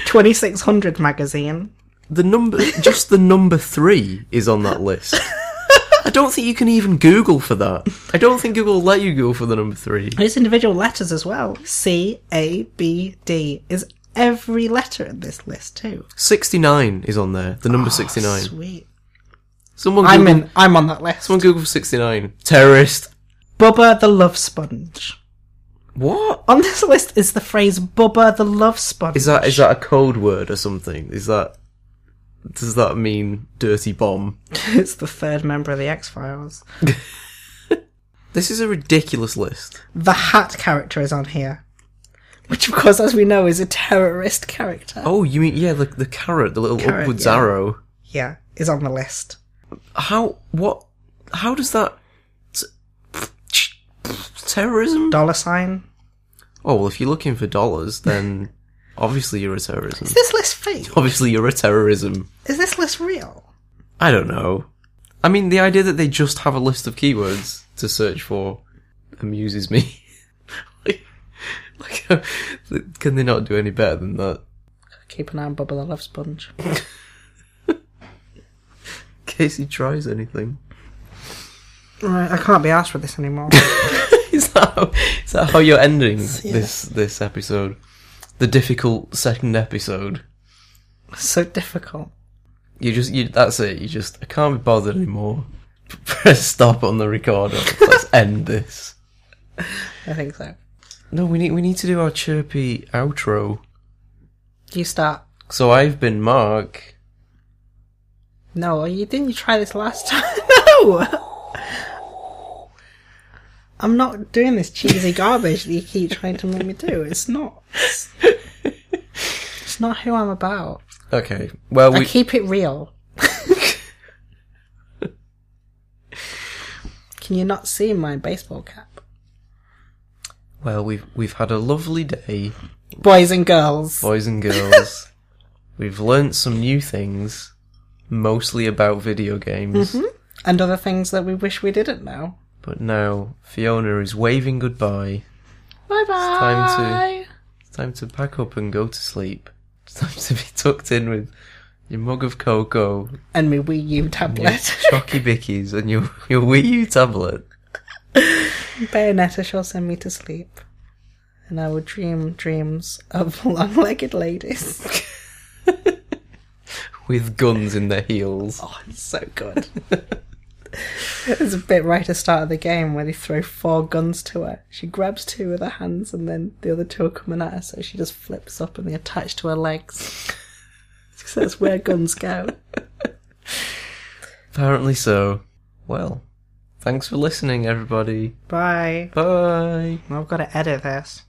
2600 magazine.
The number, just the number three is on that *laughs* list. I don't think you can even Google for that. I don't think Google will let you Google for the number three.
It's individual letters as well. C, A, B, D is every letter in this list too.
69 is on there. The number 69.
Sweet.
Someone Google,
I'm in. I'm on that list.
someone Google for 69. Terrorist.
Bubba the Love Sponge.
What?
On this list is the phrase Bubba the Love Sponge.
Is that is that a code word or something? Is that does that mean dirty bomb?
*laughs* it's the third member of the X Files.
This is a ridiculous list.
The Hat character is on here, which, of course, as we know, is a terrorist character.
Oh, you mean yeah, the the carrot, the little
Carrot,
upwards
yeah.
arrow.
Yeah, is on the list.
How what? How does that terrorism?
Dollar sign.
Oh well, if you're looking for dollars, then
*laughs*
obviously you're a terrorism.
Is this list fake?
Obviously you're a terrorism.
Is this list real?
I don't know. I mean, the idea that they just have a list of keywords to search for amuses me. *laughs* like, like, *laughs* can they not do any better than that?
Keep an eye on Bubba the Love Sponge.
Casey tries anything.
Right, I can't be asked for this anymore.
*laughs* Is that how, is that how you're ending this this episode? The difficult second episode.
*laughs* so difficult.
You just you that's it. You just I can't be bothered anymore. *laughs* Press stop on the recorder. Let's end this.
I think so.
No, we need we need to do our chirpy outro.
You start.
So I've been Mark.
No, you didn't. You try this last time. *laughs* no. I'm not doing this cheesy garbage that you keep trying to make me do. It's not. It's, it's not who I'm about.
Okay. Well,
I
we
keep it
*laughs*
real. Can you not see my baseball cap?
well we've we've had a lovely day,
Boys and girls.
boys and girls. we've learnt some new things, mostly about video games.
And other things that we wish we didn't know.
But now Fiona is waving goodbye.
Bye bye.
time It's time to pack up and go to sleep. *laughs* It's time to be tucked in with your mug of cocoa,
And my Wii U
your
tablet.
chocky bickies, and your your Wii U tablet.
Bayonetta shall send me to sleep, and I will dream dreams of *laughs* long legged *laughs* ladies.
With guns in their heels.
oh, it's so good. There's a bit right at the start of the game where they throw four guns to her. She grabs two with her hands, and then the other two are coming at her, so she just flips up and they attach to her legs. *laughs* 'Cause that's where guns go.
Apparently so. Well, thanks for listening, everybody.
Bye.
Bye.
I've got to edit this.